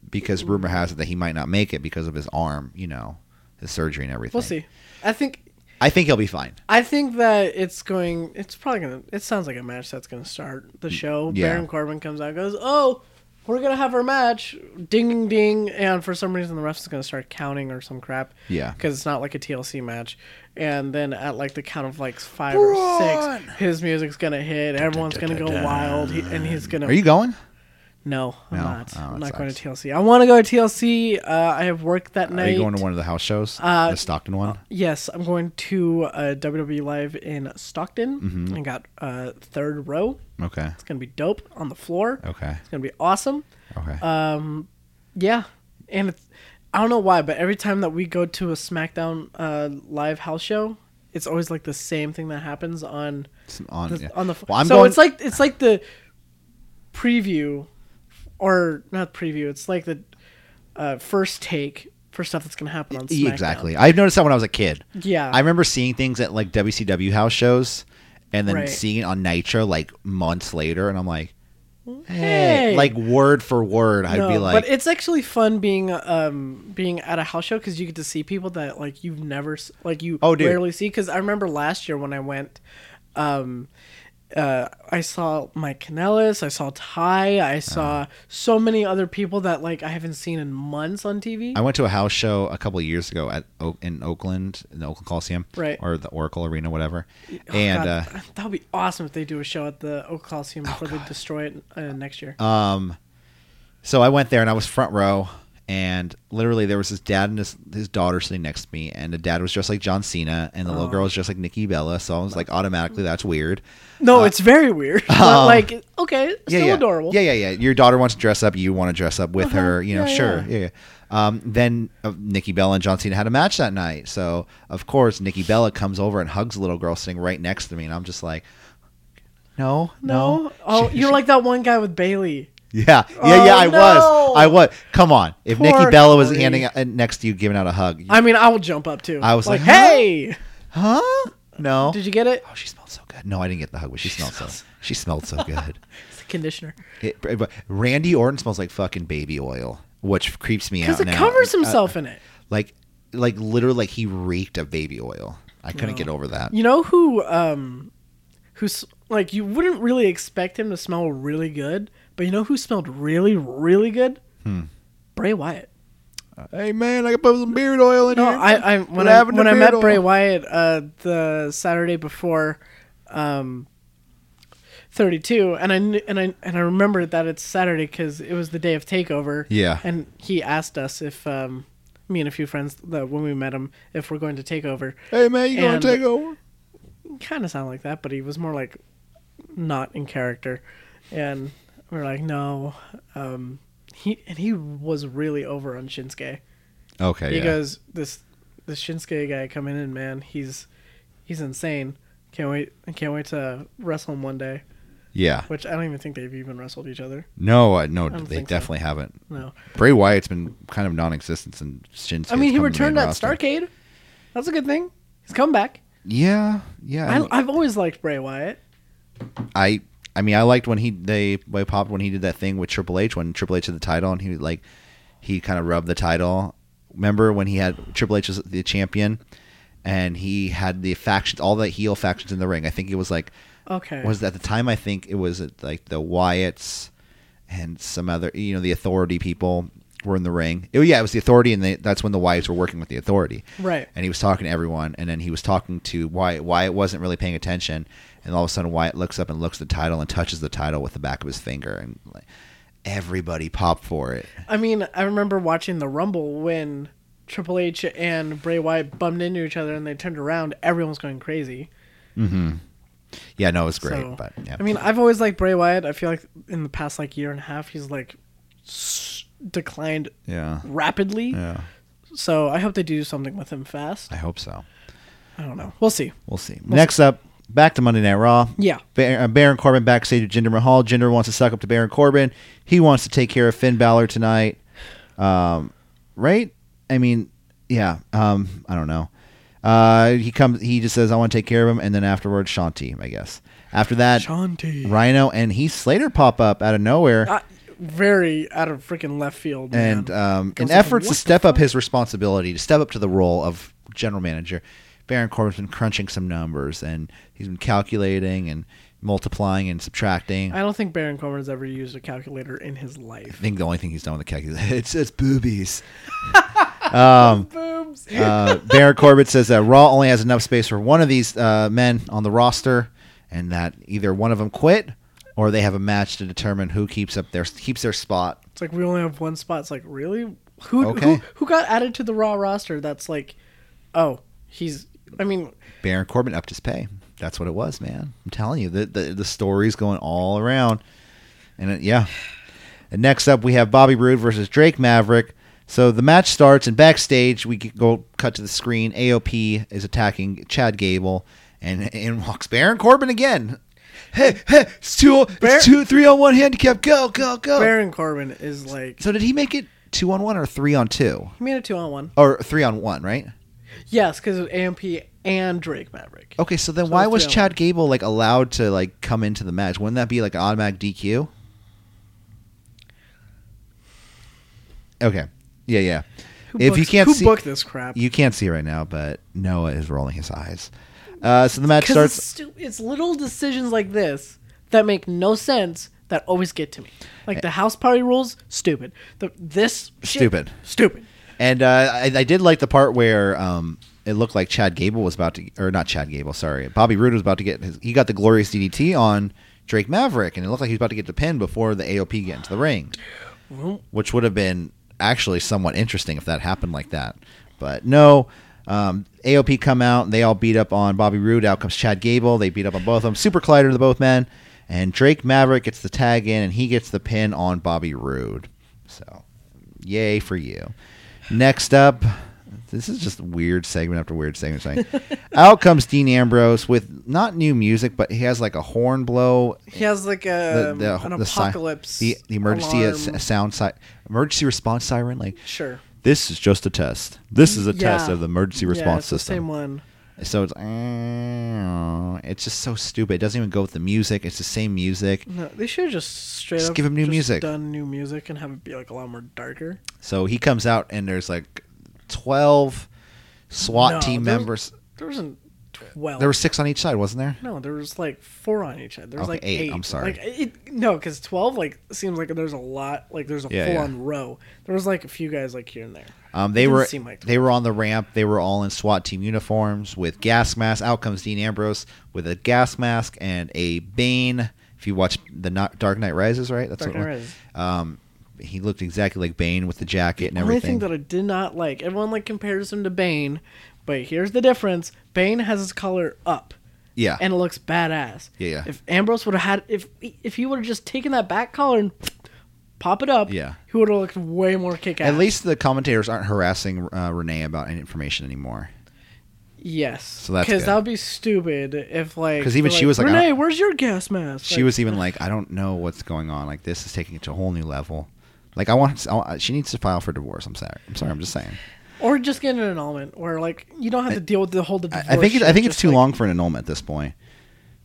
Speaker 2: because rumor has it that he might not make it because of his arm, you know, his surgery and everything.
Speaker 3: we'll see. I think
Speaker 2: I think he'll be fine.
Speaker 3: I think that it's going. It's probably gonna. It sounds like a match that's gonna start the show.
Speaker 2: Mm, yeah.
Speaker 3: Baron Corbin comes out, and goes, "Oh, we're gonna have our match." Ding, ding, ding! And for some reason, the refs is gonna start counting or some crap.
Speaker 2: Yeah.
Speaker 3: because it's not like a TLC match. And then at like the count of like five or
Speaker 2: Braun!
Speaker 3: six, his music's gonna hit. Everyone's gonna go wild, he, and he's gonna.
Speaker 2: Are you going?
Speaker 3: No, I'm
Speaker 2: No?
Speaker 3: not.
Speaker 2: Oh, that
Speaker 3: I'm not going
Speaker 2: sucks.
Speaker 3: to TLC. I want to go to TLC. Uh, I have work that night. Uh,
Speaker 2: Are you going to one of the house shows? the Stockton one?
Speaker 3: Yes, I'm going to uh, WWE Live in Stockton.
Speaker 2: Mm-hmm.
Speaker 3: I got uh, third row.
Speaker 2: Okay.
Speaker 3: It's gonna be dope on the floor.
Speaker 2: Okay.
Speaker 3: It's gonna be awesome.
Speaker 2: Okay.
Speaker 3: uh, Yeah, and it's, I don't know why, but every time that we go to a SmackDown uh, live house show, it's always like the same thing that happens on
Speaker 2: It's on,
Speaker 3: the,
Speaker 2: yeah.
Speaker 3: on the.
Speaker 2: Well, I'm
Speaker 3: so
Speaker 2: going-
Speaker 3: it's like it's like the preview, or not preview. It's like the uh, first take for stuff that's gonna happen on
Speaker 2: Yeah,
Speaker 3: SmackDown.
Speaker 2: E, Exactly. I've noticed that when I was a kid.
Speaker 3: Yeah.
Speaker 2: I remember seeing things at like WCW house shows and then
Speaker 3: Right.
Speaker 2: seeing it on Nitro like months later and I'm like, hey,
Speaker 3: Hey.
Speaker 2: like word for word, I'd be
Speaker 3: Mm. No,
Speaker 2: like,
Speaker 3: Um, but it's actually fun being um being at a house show because you get to see people that like you've never s- like you
Speaker 2: Oh, dude.
Speaker 3: rarely see. Because I remember last year when I went, um, uh, I saw Mike Kanellis, I saw Ty,
Speaker 2: Uh-huh.
Speaker 3: I saw so many other people that like I haven't seen in months on TV.
Speaker 2: I went to a house show a couple of years ago at O- in Oakland, in the Oakland Coliseum,
Speaker 3: Right.
Speaker 2: or the Oracle Arena, whatever.
Speaker 3: Oh,
Speaker 2: and uh, Oh,
Speaker 3: God, that would be awesome if they do a show at the Oak Coliseum before they destroy it uh, next year.
Speaker 2: uh, um, so I went there and I was front row, and literally there was his dad and his, his daughter sitting next to me, and the dad was dressed like John Cena, and the
Speaker 3: Oh.
Speaker 2: little girl was dressed like Nikki Bella. So I was like, automatically, that's weird.
Speaker 3: no, it's very weird, but like okay,
Speaker 2: uh, yeah,
Speaker 3: still
Speaker 2: yeah.
Speaker 3: adorable. Uh-huh.
Speaker 2: Yeah, yeah, yeah. Your daughter wants to dress up. You want to dress up with her. You know,
Speaker 3: Yeah,
Speaker 2: sure.
Speaker 3: yeah.
Speaker 2: Yeah. yeah. Um, then uh, Nikki Bella and John Cena had a match that night. So, of course, Nikki Bella comes over and hugs the little girl sitting right next to me. And I'm just like, no, no.
Speaker 3: No, oh,
Speaker 2: She-
Speaker 3: you're
Speaker 2: she-
Speaker 3: like that one guy with Bailey.
Speaker 2: yeah, yeah, yeah.
Speaker 3: Oh,
Speaker 2: I
Speaker 3: no.
Speaker 2: was. I was. Come on. If
Speaker 3: Poor
Speaker 2: Nikki Bella was
Speaker 3: Corey.
Speaker 2: handing out, uh, next to you, giving out a hug, you-
Speaker 3: I mean, I will jump up too.
Speaker 2: I was like, huh?
Speaker 3: "Hey,
Speaker 2: huh? No.
Speaker 3: did you get it?"
Speaker 2: Oh, she smelled so good. No, I didn't get the hug, but she, smelled so. She smelled so good.
Speaker 3: It's the conditioner
Speaker 2: It, but Randy Orton smells like fucking baby oil, which creeps me out.
Speaker 3: because it
Speaker 2: now.
Speaker 3: covers
Speaker 2: Uh,
Speaker 3: himself in it.
Speaker 2: like, like literally, like he reeked of baby oil. I couldn't get over that.
Speaker 3: You know who? Um, who's like you wouldn't really expect him to smell really good, but you know who smelled really, really good? Hmm. Bray Wyatt.
Speaker 2: Hey man, I can put some beard oil in
Speaker 3: No,
Speaker 2: here.
Speaker 3: I, I when I
Speaker 2: Lavender
Speaker 3: when I
Speaker 2: beard
Speaker 3: met
Speaker 2: oil.
Speaker 3: Bray Wyatt uh, the Saturday before, um, thirty two, and I kn- and I and I remembered that it's Saturday because it was the day of Takeover.
Speaker 2: Yeah.
Speaker 3: and he asked us if um, me and a few friends that when we met him if we're going to Takeover.
Speaker 2: hey man, you gonna
Speaker 3: And-
Speaker 2: take over?
Speaker 3: Kind of sounded like that, but he was more like not in character, and we are like no. Um, he and he was really over on Shinsuke.
Speaker 2: Okay.
Speaker 3: He
Speaker 2: yeah.
Speaker 3: goes, this this Shinsuke guy coming in, man, he's he's insane. Can't wait! I can't wait to wrestle him one day.
Speaker 2: yeah.
Speaker 3: Which I don't even think they've even wrestled each other.
Speaker 2: No, I, no,
Speaker 3: don't
Speaker 2: they
Speaker 3: think so.
Speaker 2: definitely haven't.
Speaker 3: No,
Speaker 2: Bray Wyatt's been kind of non-existent since Shinsuke.
Speaker 3: I mean he returned at Starcade. That's a good thing. He's come back.
Speaker 2: Yeah, yeah. I,
Speaker 3: I, I've always liked Bray Wyatt.
Speaker 2: I I mean I liked when he they way popped when he did that thing with Triple H when Triple H had the title and he was like he kind of rubbed the title. Remember when he had Triple H was the champion and he had the factions all the heel factions in the ring. I think it was like
Speaker 3: Okay.
Speaker 2: was at the time I think it was like the Wyatts and some other you know the authority people were in the ring. Oh yeah, it was the authority and they, that's when the Wyatts were working with the authority.
Speaker 3: Right.
Speaker 2: And he was talking to everyone and then he was talking to Wyatt. Wyatt wasn't really paying attention and all of a sudden Wyatt looks up and looks at the title and touches the title with the back of his finger and like everybody popped for it.
Speaker 3: I mean, I remember watching the Rumble when Triple H and Bray Wyatt bumped into each other and they turned around. Everyone was going crazy.
Speaker 2: Yeah, no, it was great,
Speaker 3: So,
Speaker 2: but yeah.
Speaker 3: I mean, I've always liked Bray Wyatt. I feel like in the past like year and a half, he's like s- declined
Speaker 2: yeah.
Speaker 3: rapidly.
Speaker 2: Yeah.
Speaker 3: So I hope they do something with him fast.
Speaker 2: I hope so.
Speaker 3: I don't know. We'll see.
Speaker 2: We'll see. Next up, back to Monday Night Raw.
Speaker 3: Yeah.
Speaker 2: Bar- uh, Baron Corbin backstage at Jinder Mahal. Jinder wants to suck up to Baron Corbin. He wants to take care of Finn Balor tonight. Um, right? I mean, yeah. Um, I don't know. Uh, he comes. He just says, "I want to take care of him," and then afterwards, Shanti. I guess after that,
Speaker 3: Shanti.
Speaker 2: Rhino, and Heath Slater pop up out of nowhere
Speaker 3: Uh, very out of freaking left field. man.
Speaker 2: and um,
Speaker 3: I was
Speaker 2: in
Speaker 3: like,
Speaker 2: efforts to
Speaker 3: what
Speaker 2: step up his responsibility, to step up to the role of general manager, Baron Corbin's been crunching some numbers and he's been calculating and multiplying and subtracting.
Speaker 3: I
Speaker 2: I
Speaker 3: don't think Baron Corbin's ever used a calculator in his life.
Speaker 2: think the only thing he's done with the calculator it's it's boobies. Um,
Speaker 3: Boobs.
Speaker 2: Uh, Baron Corbin says that Raw only has enough space for one of these uh, men on the roster, and that either one of them quit or they have a match to determine who keeps up their keeps their spot.
Speaker 3: It's like we only have one spot. It's like really, who
Speaker 2: Okay.
Speaker 3: who, who got added to the Raw roster? That's like, oh, he's. I mean,
Speaker 2: Baron Corbin upped his pay. That's what it was, man. I'm telling you, the the, the story's going all around, and it, yeah. And next up, we have Bobby Roode versus Drake Maverick. So the match starts, and backstage we could go cut to the screen. AOP is attacking Chad Gable, and in walks Baron Corbin again. Hey, hey, it's two,
Speaker 3: Bar-
Speaker 2: it's two, three on one handicap. Go, go, go.
Speaker 3: Baron Corbin is like
Speaker 2: so did he make it? two on one or three on two
Speaker 3: He made a two on one.
Speaker 2: or three on one, right?
Speaker 3: Yes, because of AMP and Drake Maverick.
Speaker 2: Okay, so then
Speaker 3: So
Speaker 2: why
Speaker 3: it's
Speaker 2: was
Speaker 3: three on
Speaker 2: Chad Gable like allowed to like come into the match? Wouldn't that be like an automatic DQ? Okay. Yeah, yeah.
Speaker 3: Who
Speaker 2: if you
Speaker 3: books-
Speaker 2: can't
Speaker 3: who
Speaker 2: see-
Speaker 3: booked this crap?
Speaker 2: You can't see right now, but Noah is rolling his eyes. Uh, so the match
Speaker 3: Because it's,
Speaker 2: starts.
Speaker 3: stu- it's little decisions like this that make no sense that always get to me.
Speaker 2: Eh.
Speaker 3: Like the house party rules, stupid. The this shit,
Speaker 2: Stupid.
Speaker 3: stupid.
Speaker 2: And uh, I, I did like the part where um, it looked like Chad Gable was about to, or not Chad Gable, sorry, Bobby Roode was about to get his. He got the glorious DDT on Drake Maverick, and it looked like he was about to get the pin before the AOP get into the ring, which would have been actually somewhat interesting if that happened like that. But no, um, AOP come out, and they all beat up on Bobby Roode. Out comes Chad Gable. They beat up on both of them. Super Collider to both men, and Drake Maverick gets the tag in, and he gets the pin on Bobby Roode. So yay for you. Next up, this is just weird segment after weird segment. Saying, out comes Dean Ambrose with not new music, but he has like a horn blow.
Speaker 3: He has like
Speaker 2: The,
Speaker 3: a
Speaker 2: the-
Speaker 3: Um, an
Speaker 2: the si-
Speaker 3: apocalypse.
Speaker 2: the, the emergency uh,
Speaker 3: alarm.
Speaker 2: s- sound si- emergency response siren. Like
Speaker 3: Sure.
Speaker 2: this is just a test. This is a test
Speaker 3: Yeah.
Speaker 2: of the emergency
Speaker 3: Yeah,
Speaker 2: response
Speaker 3: it's the
Speaker 2: system.
Speaker 3: same one.
Speaker 2: So it's "Ah." it's just so stupid. It doesn't even go with the music. It's the same music.
Speaker 3: No, they should have just straight
Speaker 2: Just
Speaker 3: up
Speaker 2: give him new
Speaker 3: just
Speaker 2: music.
Speaker 3: Done new music and have it be like a lot more darker.
Speaker 2: So he comes out and there's like twelve SWAT
Speaker 3: No,
Speaker 2: team
Speaker 3: there was-
Speaker 2: members.
Speaker 3: There wasn't twelve.
Speaker 2: There were six on each side, wasn't there?
Speaker 3: no, there was like four on each side. There was
Speaker 2: Okay,
Speaker 3: like
Speaker 2: eight,
Speaker 3: eight.
Speaker 2: I'm sorry.
Speaker 3: Like, it, no, because twelve like seems like there's a lot. Like there's a
Speaker 2: Yeah, yeah.
Speaker 3: full on row. There was like a few guys like here and there.
Speaker 2: Um, they
Speaker 3: Didn't
Speaker 2: were
Speaker 3: seem like
Speaker 2: they were on the ramp. They were all in SWAT team uniforms with gas masks. Out comes Dean Ambrose with a gas mask and a Bane. If you watch the no- Dark Knight Rises, right? That's
Speaker 3: Dark
Speaker 2: what it
Speaker 3: Knight
Speaker 2: was.
Speaker 3: Rises.
Speaker 2: Um, he looked exactly like Bane with the jacket and
Speaker 3: Only thing
Speaker 2: everything.
Speaker 3: that I did not like. Everyone like compares him to Bane, but here's the difference. Bane has his collar up.
Speaker 2: yeah,
Speaker 3: and it looks badass.
Speaker 2: Yeah, yeah.
Speaker 3: If Ambrose would have had if if he would have just taken that back collar and pop it up,
Speaker 2: Yeah.
Speaker 3: he would have looked way more kick ass.
Speaker 2: at least the commentators aren't harassing uh, Renee about any information anymore.
Speaker 3: yes.
Speaker 2: that's
Speaker 3: because
Speaker 2: good.
Speaker 3: that would be stupid if like
Speaker 2: 'Cause even
Speaker 3: they're
Speaker 2: she was like, I
Speaker 3: Renee,
Speaker 2: don't-
Speaker 3: where's your gas mask?
Speaker 2: She
Speaker 3: Like,
Speaker 2: was even like, "I don't know what's going on. Like this is taking it to a whole new level. Like I want. I want- she needs to file for divorce. I'm sorry. I'm sorry. I'm just saying.
Speaker 3: or just get an annulment where like you don't have to deal with the whole.
Speaker 2: I, I think it, I think it's too long Uh-huh. for an annulment at this point.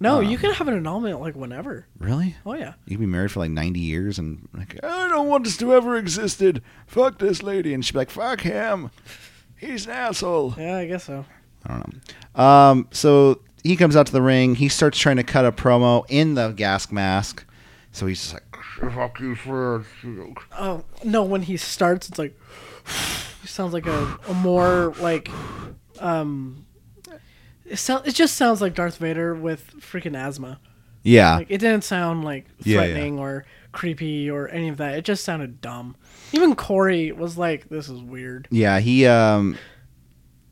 Speaker 3: No, you can have an annulment like whenever.
Speaker 2: Really?
Speaker 3: Oh yeah.
Speaker 2: You'd be married for like 90 years and like, I don't want this to ever existed. Fuck this lady. And she'd be like, fuck him. He's an asshole.
Speaker 3: Yeah, I guess so.
Speaker 2: I don't know. Um, so he comes out to the ring. He starts trying to cut a promo in the gas mask. So he's just like, fuck you for.
Speaker 3: Oh no! When he starts, it's like he sounds like a, a more like um. It sound, It just sounds like Darth Vader with freaking asthma.
Speaker 2: Yeah.
Speaker 3: Like it didn't sound like
Speaker 2: Ah. Yeah, yeah.
Speaker 3: threatening or creepy or any of that. It just sounded dumb. Even Corey was like, "This is weird."
Speaker 2: Yeah, he um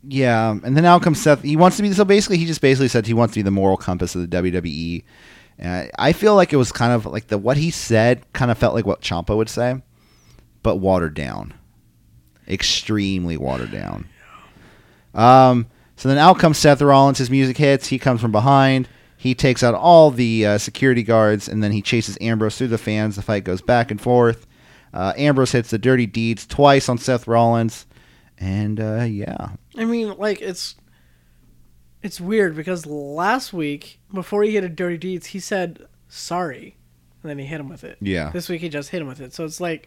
Speaker 2: yeah, and then out comes Seth. He wants to be so basically he just basically said he wants to be the moral compass of the WWE. Uh, I feel like it was kind of like the what he said kind of felt like what Champa would say, but watered down. Extremely watered down. Um so then out comes Seth Rollins, his music hits, he comes from behind. He takes out all the uh, security guards and then he chases Ambrose through the fans. The fight goes back and forth. Uh, Ambrose hits the dirty deeds twice on Seth Rollins. And uh, yeah,
Speaker 3: I mean, like it's it's weird because last week before he hit a dirty deeds, he said sorry, and then he hit him with it.
Speaker 2: Yeah.
Speaker 3: This week he just hit him with it, so it's like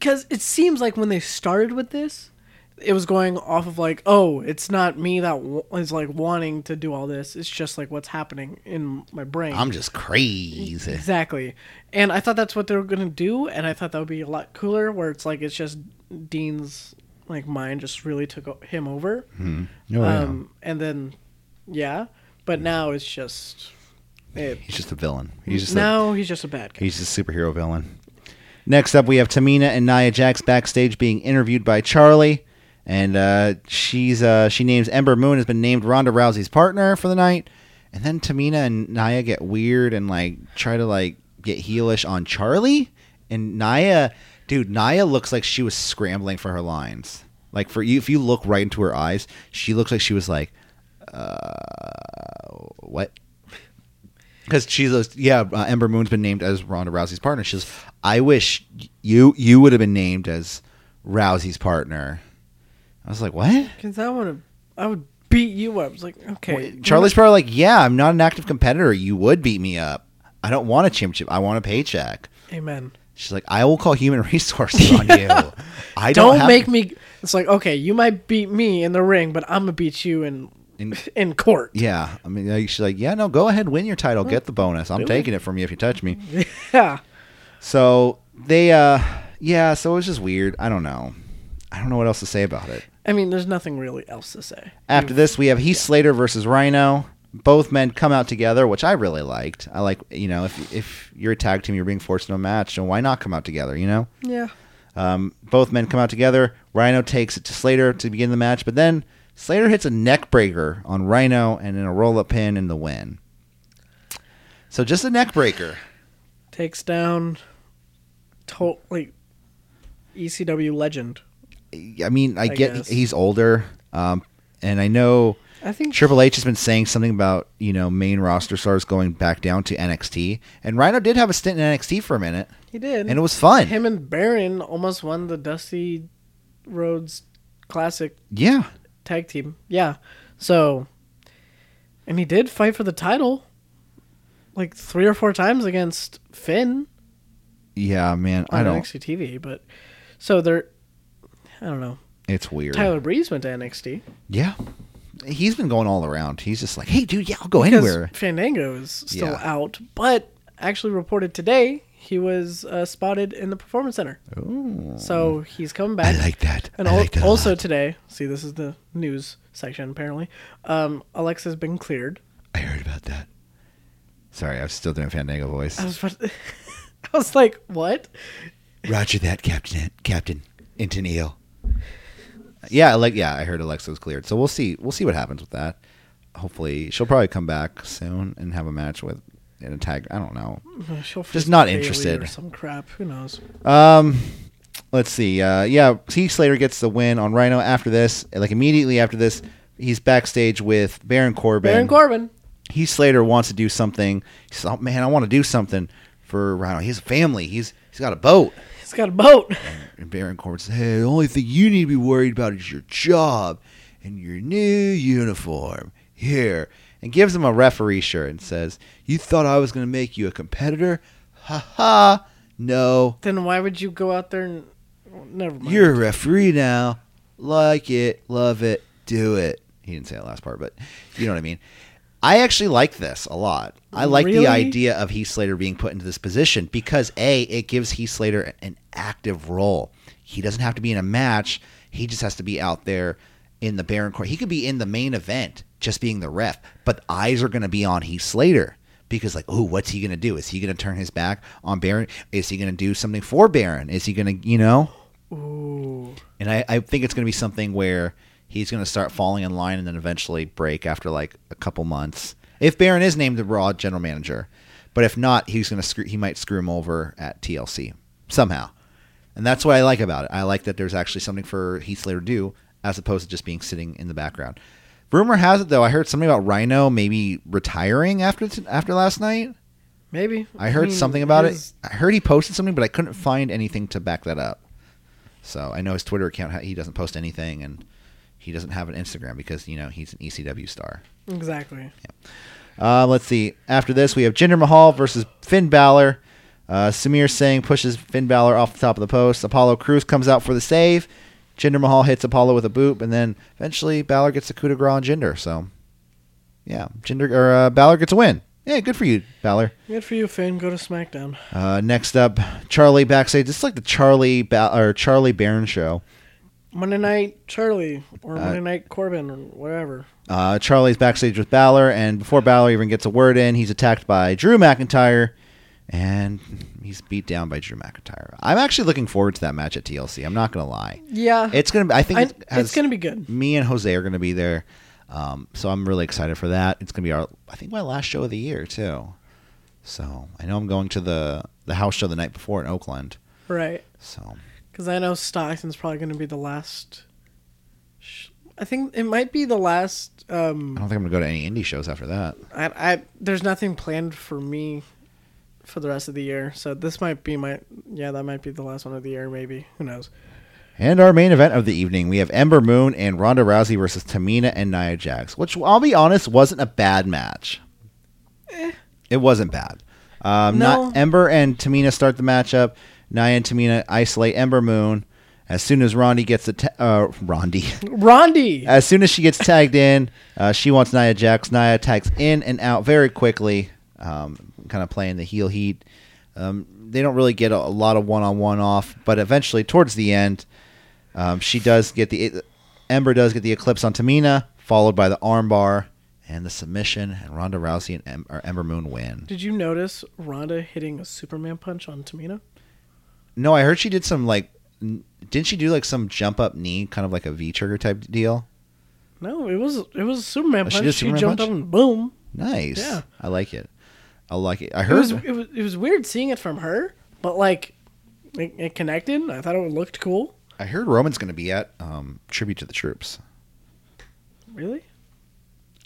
Speaker 3: because it seems like when they started with this, it was going off of like, oh, it's not me that w- is like wanting to do all this. It's just like what's happening in my brain.
Speaker 2: I'm just crazy.
Speaker 3: Exactly. And I thought that's what they were going to do. And I thought that would be a lot cooler where it's like, it's just Dean's like mind just really took o- him over.
Speaker 2: Oh,
Speaker 3: um, And then, yeah. But now it's just, it,
Speaker 2: He's just a villain. He's just a,
Speaker 3: now he's just a bad guy.
Speaker 2: he's a superhero villain. Next up, we have Tamina and Nia Jax backstage being interviewed by Charlie, and uh, she's uh, she names Ember Moon has been named Ronda Rousey's partner for the night. And then Tamina and Nia get weird and like try to like get heelish on Charlie. And Nia, dude, Nia looks like she was scrambling for her lines. Like for you, if you look right into her eyes, she looks like she was like, uh, what? because she's a, yeah uh, Ember Moon's been named as Ronda Rousey's partner. She's I wish you you would have been named as Rousey's partner. I was like, what?
Speaker 3: Because I want to, I would beat you up. It's like, okay,
Speaker 2: Charlie's probably like, yeah, I'm not an active competitor. You would beat me up. I don't want a championship. I want a paycheck.
Speaker 3: Amen.
Speaker 2: She's like, I will call human resources on you. I
Speaker 3: Don't,
Speaker 2: don't, have-
Speaker 3: make me. It's like, okay, you might beat me in the ring, but I'm gonna beat you in in,
Speaker 2: In-
Speaker 3: court.
Speaker 2: Yeah, I mean, like, she's like, yeah, no, go ahead, win your title, get the bonus. I'm taking it from you if you touch me.
Speaker 3: Yeah.
Speaker 2: So they, uh yeah, so it was just weird. I don't know. I don't know what else to say about it.
Speaker 3: I mean, there's nothing really else to say.
Speaker 2: After this, we have Heath Slater versus Rhino. Both men come out together, which I really liked. I like, you know, if if you're a tag team, you're being forced into a match, so why not come out together? You know.
Speaker 3: Yeah.
Speaker 2: Um, both men come out together. Rhino takes it to Slater to begin the match, but then Slater hits a neck breaker on Rhino and then a roll up pin in the win. So just a neck breaker.
Speaker 3: Takes down, to- like, ECW legend.
Speaker 2: I mean, I,
Speaker 3: I
Speaker 2: get
Speaker 3: guess.
Speaker 2: he's older, um, and I know
Speaker 3: I think
Speaker 2: Triple H has been saying something about you know main roster stars going back down to NXT, and Rhino did have a stint in NXT for a minute,
Speaker 3: he did.
Speaker 2: and it was fun.
Speaker 3: him and Baron almost won the Dusty Rhodes Classic
Speaker 2: yeah,
Speaker 3: tag team. Yeah. So, and he did fight for the title like three or four times against Finn
Speaker 2: yeah, man,
Speaker 3: on
Speaker 2: I don't.
Speaker 3: NXT TV. But so they're, I don't know.
Speaker 2: It's weird.
Speaker 3: Tyler Breeze went to NXT.
Speaker 2: Yeah, he's been going all around. He's just like, hey, dude, yeah, I'll go
Speaker 3: because
Speaker 2: anywhere.
Speaker 3: Fandango is still
Speaker 2: Yeah.
Speaker 3: out, but actually reported today he was uh, spotted in the Performance Center. So he's coming back.
Speaker 2: Oh. I like that.
Speaker 3: And
Speaker 2: I
Speaker 3: al-
Speaker 2: like that a
Speaker 3: also
Speaker 2: lot.
Speaker 3: today, see, this is the news section apparently. Um, Alexa's been cleared.
Speaker 2: I heard about that. Sorry, I was still doing Fandango voice.
Speaker 3: I was, about- I was like, what?
Speaker 2: Roger that, Captain. Captain Inton Eel. Yeah, like yeah, I heard Alexa was cleared, so we'll see. We'll see what happens with that. Hopefully, she'll probably come back soon and have a match with in a tag. I don't know.
Speaker 3: She'll
Speaker 2: Just not
Speaker 3: Bayley
Speaker 2: interested.
Speaker 3: Or some crap. Who knows?
Speaker 2: Um, let's see. Uh, yeah, Heath Slater gets the win on Rhino. After this, like immediately after this, he's backstage with Baron Corbin.
Speaker 3: Baron Corbin.
Speaker 2: Heath Slater wants to do something. He says, "Oh man, I want to do something for Rhino. He's a family. He's he's got a boat."
Speaker 3: He's got a boat.
Speaker 2: And Baron Corbin says, "Hey, the only thing you need to be worried about is your job and your new uniform here." And gives him a referee shirt and says, "You thought I was going to make you a competitor? Ha ha! No,
Speaker 3: Then why would you go out there and. Never mind.
Speaker 2: you're a referee now. Like it, love it, do it." He didn't say that last part, but you know what I mean. I actually like this a lot. I like
Speaker 3: Really?
Speaker 2: the idea of Heath Slater being put into this position because A, it gives Heath Slater an active role. He doesn't have to be in a match, he just has to be out there in the Baron Court. He could be in the main event just being the ref, but the eyes are going to be on Heath Slater because, like, oh, what's he going to do? Is he going to turn his back on Baron? Is he going to do something for Baron? Is he going to, you know?
Speaker 3: Ooh.
Speaker 2: And I, I think it's going to be something where he's going to start falling in line and then eventually break after like a couple months. If Baron is named the Raw general manager, but if not, he's going to screw. He might screw him over at TLC somehow. And that's what I like about it. I like that there's actually something for Heath Slater to do as opposed to just being sitting in the background. Rumor has it though, I heard something about Rhino maybe retiring after t- after last night.
Speaker 3: Maybe. Hmm,
Speaker 2: I heard
Speaker 3: mean,
Speaker 2: something about
Speaker 3: his-
Speaker 2: it. I heard he posted something, but I couldn't find anything to back that up. So I know his Twitter account. ha- He doesn't post anything, and he doesn't have an Instagram because you know he's an ECW star.
Speaker 3: Exactly.
Speaker 2: Uh, let's see. After this, we have Jinder Mahal versus Finn Balor. Uh, Samir Singh pushes Finn Balor off the top of the post. Apollo Cruz comes out for the save. Jinder Mahal hits Apollo with a boot, and then eventually Balor gets a coup de grace on Jinder. So, yeah, Jinder or uh, Balor gets a win. Yeah, good for you, Balor.
Speaker 3: Good for you, Finn. Go to SmackDown.
Speaker 2: Uh, next up, Charlie backstage. It's like the Charlie ba- or Charlie Barron show.
Speaker 3: Monday Night Charlie or Monday Night Corbin or whatever.
Speaker 2: Uh, Charlie's backstage with Balor, and before Balor even gets a word in, he's attacked by Drew McIntyre, and he's beat down by Drew McIntyre. I'm actually looking forward to that match at TLC. I'm not gonna lie.
Speaker 3: Yeah.
Speaker 2: It's gonna. Be, I think
Speaker 3: I-
Speaker 2: it has-
Speaker 3: it's gonna be good.
Speaker 2: Me and Jose are gonna be there, um, so I'm really excited for that. It's gonna be our, I think, my last show of the year too. So I know I'm going to the the house show the night before in Oakland.
Speaker 3: right.
Speaker 2: So
Speaker 3: Because I know Stockton's probably going to be the last. Sh- I think it might be the last. Um,
Speaker 2: I don't think I'm gonna go to any indie shows after that.
Speaker 3: I, I there's nothing planned for me for the rest of the year, so this might be my yeah that might be the last one of the year. Maybe who knows?
Speaker 2: And our main event of the evening, we have Ember Moon and Ronda Rousey versus Tamina and Nia Jax, which I'll be honest wasn't a bad match. It wasn't bad. Um,
Speaker 3: No.
Speaker 2: not- Ember and Tamina start the matchup. Nia and Tamina isolate Ember Moon. As soon as Rondi gets the ta- uh, Rondi,
Speaker 3: Rondi.
Speaker 2: as soon as she gets tagged in, uh, she wants Nia Jax. Nia tags in and out very quickly, um, kind of playing the heel heat. Um, they don't really get a, a lot of one on one off, but eventually, towards the end, um, she does get the Ember does get the eclipse on Tamina, followed by the armbar and the submission, and Ronda Rousey and em- or Ember Moon win.
Speaker 3: Did you notice Rhonda hitting a Superman punch on Tamina?
Speaker 2: No, I heard she did some like, n- didn't she do like some jump up knee, kind of like a V trigger type deal?
Speaker 3: No, it was it was a Superman
Speaker 2: Oh, she
Speaker 3: punch.
Speaker 2: did
Speaker 3: She,
Speaker 2: Superman
Speaker 3: jumped
Speaker 2: punch?
Speaker 3: up and boom.
Speaker 2: Nice.
Speaker 3: Yeah.
Speaker 2: I like it. I like it. I
Speaker 3: It
Speaker 2: heard.
Speaker 3: was, it was it was weird seeing it from her, but like it, it connected. I thought it looked cool.
Speaker 2: I heard Roman's going to be at um, Tribute to the Troops.
Speaker 3: Really?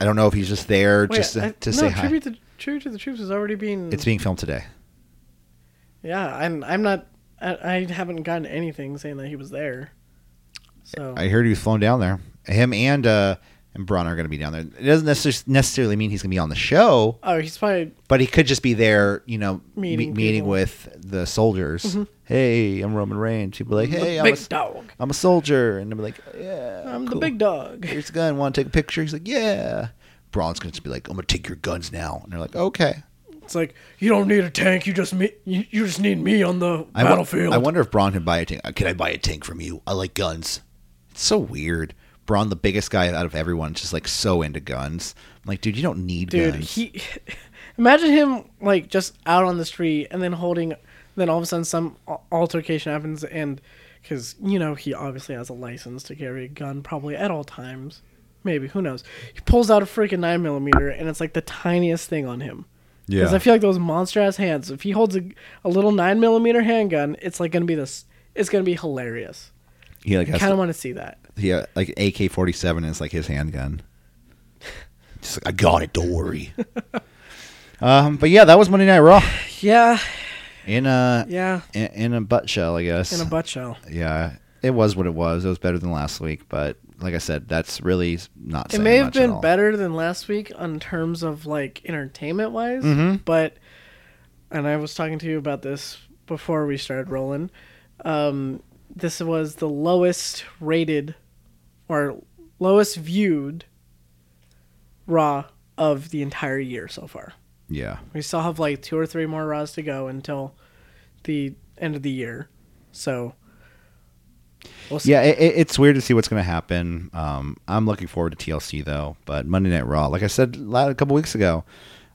Speaker 2: I don't know if he's just there
Speaker 3: Wait,
Speaker 2: just to,
Speaker 3: I-
Speaker 2: to
Speaker 3: no,
Speaker 2: say hi.
Speaker 3: tribute to tribute to the troops is already being.
Speaker 2: It's being filmed today.
Speaker 3: yeah, I'm I'm not. I, I haven't gotten anything saying that he was there. So
Speaker 2: I heard he was flown down there. Him and uh, and Braun are going to be down there. It doesn't necess- necessarily mean he's going to be on the show,
Speaker 3: oh, he's probably
Speaker 2: but he could just be there, you know, meeting,
Speaker 3: Meeting
Speaker 2: meeting
Speaker 3: people. Mm-hmm.
Speaker 2: with the soldiers. Hey, I'm Roman Reigns. He'd be like, hey,
Speaker 3: the
Speaker 2: I'm a,
Speaker 3: big
Speaker 2: s-
Speaker 3: dog.
Speaker 2: I'm a soldier. And they'll be like, yeah.
Speaker 3: I'm
Speaker 2: cool.
Speaker 3: the big dog.
Speaker 2: Here's a gun. Want to take a picture? He's like, yeah. Braun's going to be like, I'm going to take your guns now. And they're like, okay.
Speaker 3: It's like you don't need a tank. You just me. You, you just need me on the
Speaker 2: I wo-
Speaker 3: battlefield.
Speaker 2: I wonder if Braun can buy a tank. Uh, Can I buy a tank from you? I like guns. It's so weird. Braun, the biggest guy out of everyone, just like so into guns. I'm like, dude, you don't need
Speaker 3: dude
Speaker 2: guns.
Speaker 3: he imagine him like just out on the street and then holding then all of a sudden some al- altercation happens and because you know he obviously has a license to carry a gun probably at all times maybe who knows he pulls out a freaking 9 millimeter and it's like the tiniest thing on him because i feel like those monster ass hands if he holds a, a little 9 millimeter handgun it's like gonna be this it's gonna be hilarious
Speaker 2: he like
Speaker 3: i
Speaker 2: has
Speaker 3: kind of want to see that
Speaker 2: he, uh, like AK forty seven is like his handgun. Just like I got it. Don't worry. um, but yeah, that was Monday Night Raw
Speaker 3: yeah
Speaker 2: in a
Speaker 3: yeah
Speaker 2: in, in a butt shell, I guess.
Speaker 3: in a butt shell
Speaker 2: yeah, it was what it was. It was better than last week, but like I said, that's really not.
Speaker 3: It
Speaker 2: saying
Speaker 3: may have
Speaker 2: much at
Speaker 3: been
Speaker 2: all.
Speaker 3: better than last week on terms of like entertainment wise,
Speaker 2: Mm-hmm.
Speaker 3: but and I was talking to you about this before we started rolling. Um, this was the lowest rated or lowest viewed Raw of the entire year so far.
Speaker 2: Yeah.
Speaker 3: We still have like two or three more Raws to go until the end of the year, so we'll see.
Speaker 2: Yeah, it, it- it's weird to see what's going to happen. Um, I'm looking forward to TLC though, but Monday Night Raw, like I said la- a couple weeks ago,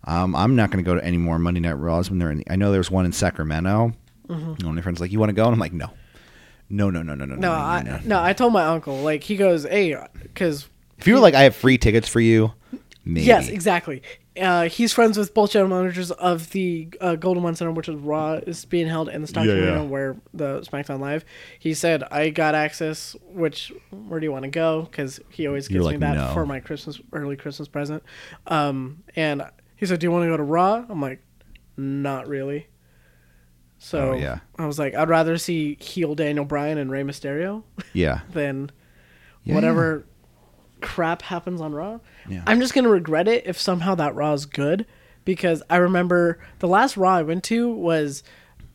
Speaker 2: um, I'm not going to go to any more Monday Night Raws when they're in. I know there's one in Sacramento.
Speaker 3: Mm-hmm.
Speaker 2: mm One of my friends like, you want to go, and I'm like, no, no, no, no, no, no,
Speaker 3: No, I, no, I told my uncle like he goes, hey, because
Speaker 2: If you were like, I have free tickets for you, maybe.
Speaker 3: Yes, exactly. Uh, he's friends with both general managers of the uh, Golden One Center, which is Raw is being held, and the Stockton
Speaker 2: Yeah, yeah.
Speaker 3: Arena, where the SmackDown Live. He said, "I got access. Which where do you want to go?" Because he always
Speaker 2: You're
Speaker 3: gives
Speaker 2: like,
Speaker 3: me that
Speaker 2: "No."
Speaker 3: for my Christmas early Christmas present. Um, and he said, "Do you want to go to Raw?" I'm like, "Not really." So
Speaker 2: Oh, yeah.
Speaker 3: I was like, "I'd rather see heel Daniel Bryan and Rey Mysterio."
Speaker 2: yeah,
Speaker 3: than
Speaker 2: Yeah,
Speaker 3: whatever crap happens on Raw.
Speaker 2: Yeah.
Speaker 3: I'm just gonna regret it if somehow that Raw is good because I remember the last Raw I went to was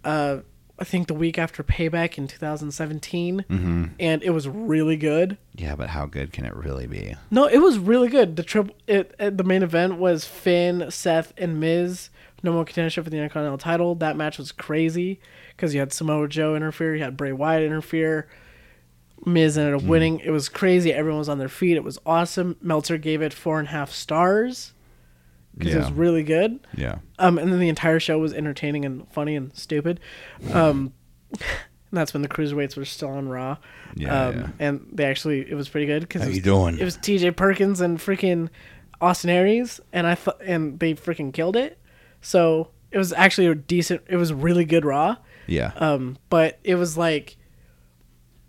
Speaker 3: uh, I think the week after Payback in 2017,
Speaker 2: Mm-hmm.
Speaker 3: and it was really good.
Speaker 2: yeah. But how good can it really be?
Speaker 3: No, it was really good. The triple, it, it- the main event was Finn, Seth, and Miz. No more contention for the Intercontinental title. That match was crazy because you had Samoa Joe interfere, you had Bray Wyatt interfere. Miz ended up winning. It was crazy. Everyone was on their feet. It was awesome. Meltzer gave it four and a half stars because it was really good.
Speaker 2: yeah.
Speaker 3: Um, and then the entire show was entertaining and funny and stupid. Um, and that's when the cruiserweights were still on Raw.
Speaker 2: Yeah,
Speaker 3: um,
Speaker 2: yeah.
Speaker 3: And they actually, it was pretty good because
Speaker 2: How you doing?
Speaker 3: It was T.J. Perkins and freaking Austin Aries, and I thought, and they freaking killed it. So it was actually a decent. It was really good Raw.
Speaker 2: Yeah.
Speaker 3: Um, but it was like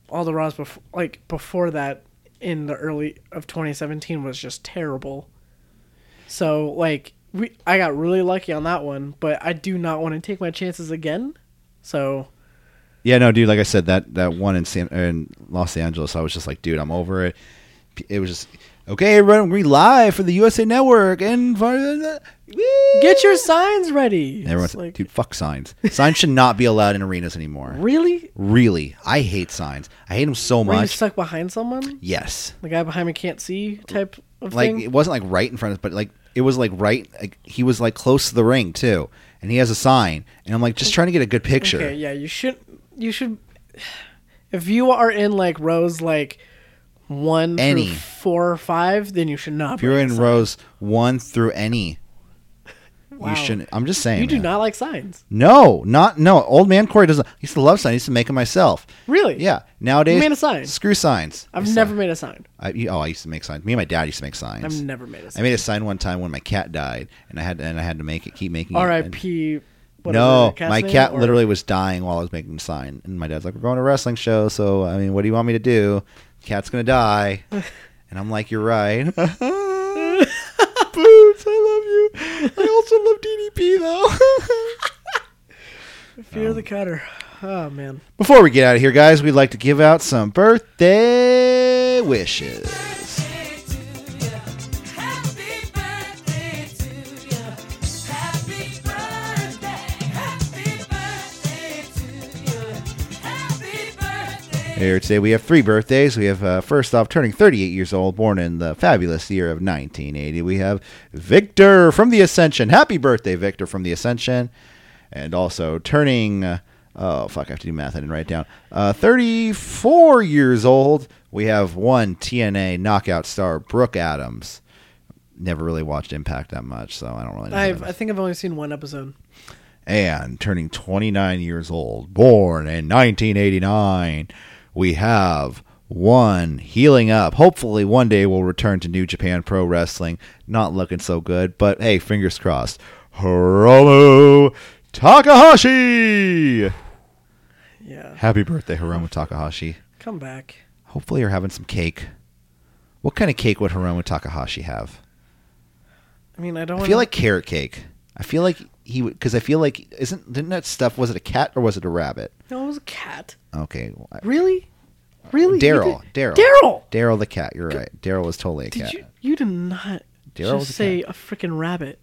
Speaker 3: all the Raws before, like before that, in the early of 2017 was just terrible. So like we, I got really lucky on that one, but I do not want to take my chances again. So
Speaker 2: Yeah, no, dude. Like I said, that that one in San, uh, in Los Angeles, I was just like, dude, I'm over it. P- It was just okay. Everyone, we live for the USA Network and for the- woo!"
Speaker 3: get your signs ready.
Speaker 2: And Everyone's
Speaker 3: It's
Speaker 2: like,
Speaker 3: like
Speaker 2: dude, fuck signs. Signs should not be allowed in arenas anymore.
Speaker 3: really.
Speaker 2: Really, I hate signs. I hate them so
Speaker 3: Were you
Speaker 2: much.
Speaker 3: stuck behind someone?
Speaker 2: Yes,
Speaker 3: The guy behind me can't see type of
Speaker 2: like
Speaker 3: thing.
Speaker 2: it wasn't like right in front of, us, but like it was like right. Like he was like close to the ring too, and he has a sign, and I'm like just trying to get a good picture.
Speaker 3: Okay, yeah, you should. You should. If you are in like rows like one
Speaker 2: Any.
Speaker 3: through four or five, then you should not.
Speaker 2: If you're
Speaker 3: bring
Speaker 2: in
Speaker 3: signs.
Speaker 2: rows one through any,
Speaker 3: Wow.
Speaker 2: you shouldn't. I'm just saying.
Speaker 3: you do
Speaker 2: man.
Speaker 3: not like signs.
Speaker 2: No, not no. Old man Corey doesn't. I used to love signs. I used to make them myself.
Speaker 3: Really?
Speaker 2: Yeah. Nowadays,
Speaker 3: You made a sign?
Speaker 2: Screw signs.
Speaker 3: I've
Speaker 2: It's
Speaker 3: never
Speaker 2: not-
Speaker 3: made a sign.
Speaker 2: I, you- oh, I used to make signs. Me and my dad used to make signs.
Speaker 3: I've never made a
Speaker 2: I
Speaker 3: sign.
Speaker 2: made a sign one time when my cat died, and I had and I had to make it keep making it. and-
Speaker 3: R.I.P. whatever
Speaker 2: No,
Speaker 3: the cat's
Speaker 2: my
Speaker 3: name,
Speaker 2: cat
Speaker 3: or-
Speaker 2: literally was dying while I was making the sign, and my dad's like, "We're going to a wrestling show, so I mean, what do you want me to do? Cat's gonna die," and I'm like, "You're right." Boots, I love you. I also love DDP though.
Speaker 3: Fear the Cutter. Oh man.
Speaker 2: Before we get out of here, guys, we'd like to give out some birthday wishes. Here today, we have three birthdays. We have uh, first off, turning 38 years old, born in the fabulous year of 1980. We have Victor from the Ascension. Happy birthday, Victor from the Ascension. And also turning, uh, oh fuck, I have to do math. I didn't write it down. Uh, 34 years old. We have one TNA knockout star, Brooke Adams. Never really watched Impact that much, so I don't really know. who
Speaker 3: I've,
Speaker 2: that
Speaker 3: I think I've only seen one episode.
Speaker 2: and turning 29 years old, born in 1989, we have one healing up. Hopefully, one day we'll return to New Japan Pro Wrestling. Not looking so good, but hey, fingers crossed. Hiromu Takahashi!
Speaker 3: Yeah.
Speaker 2: Happy birthday, Hiromu Takahashi.
Speaker 3: Come back.
Speaker 2: Hopefully, you're having some cake. What kind of cake would Hiromu Takahashi have?
Speaker 3: I mean, I don't.
Speaker 2: I
Speaker 3: Wanna,
Speaker 2: feel like carrot cake. I feel like he would, because I feel like, isn't, didn't that stuff, was it a cat or was it a rabbit?
Speaker 3: no, it was a cat.
Speaker 2: Okay. well, I-
Speaker 3: Really? Really? You
Speaker 2: Daryl.
Speaker 3: did-
Speaker 2: Daryl.
Speaker 3: Daryl.
Speaker 2: Daryl the cat. You're right. Daryl was totally a
Speaker 3: Did
Speaker 2: cat.
Speaker 3: you? You did not
Speaker 2: Daryl was a
Speaker 3: just say a freaking rabbit.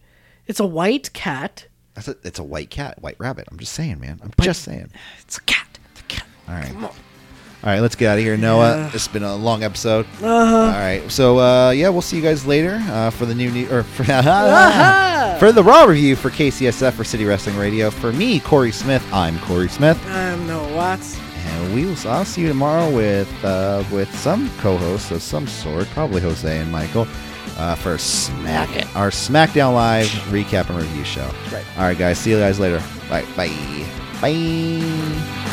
Speaker 3: It's a white cat.
Speaker 2: That's a, it's a white cat, white rabbit. I'm just saying, man. I'm just saying.
Speaker 3: It's a cat. It's a cat.
Speaker 2: All right. All right. Let's get out of here, Noah. It's been a long episode.
Speaker 3: Uh-huh.
Speaker 2: All right. So uh, yeah, we'll see you guys later uh, for the new new or for,
Speaker 3: Uh-huh.
Speaker 2: for the raw review for KCSF for City Wrestling Radio. For me, Corey Smith. I'm Corey Smith,
Speaker 3: I'm no Watts.
Speaker 2: and we will. I'll see you tomorrow with uh, with some co-hosts of some sort, probably Jose and Michael. Uh, for Smack It, our SmackDown Live recap and review show.
Speaker 3: Right.
Speaker 2: All right, guys. See you guys later. Bye. Bye. Bye.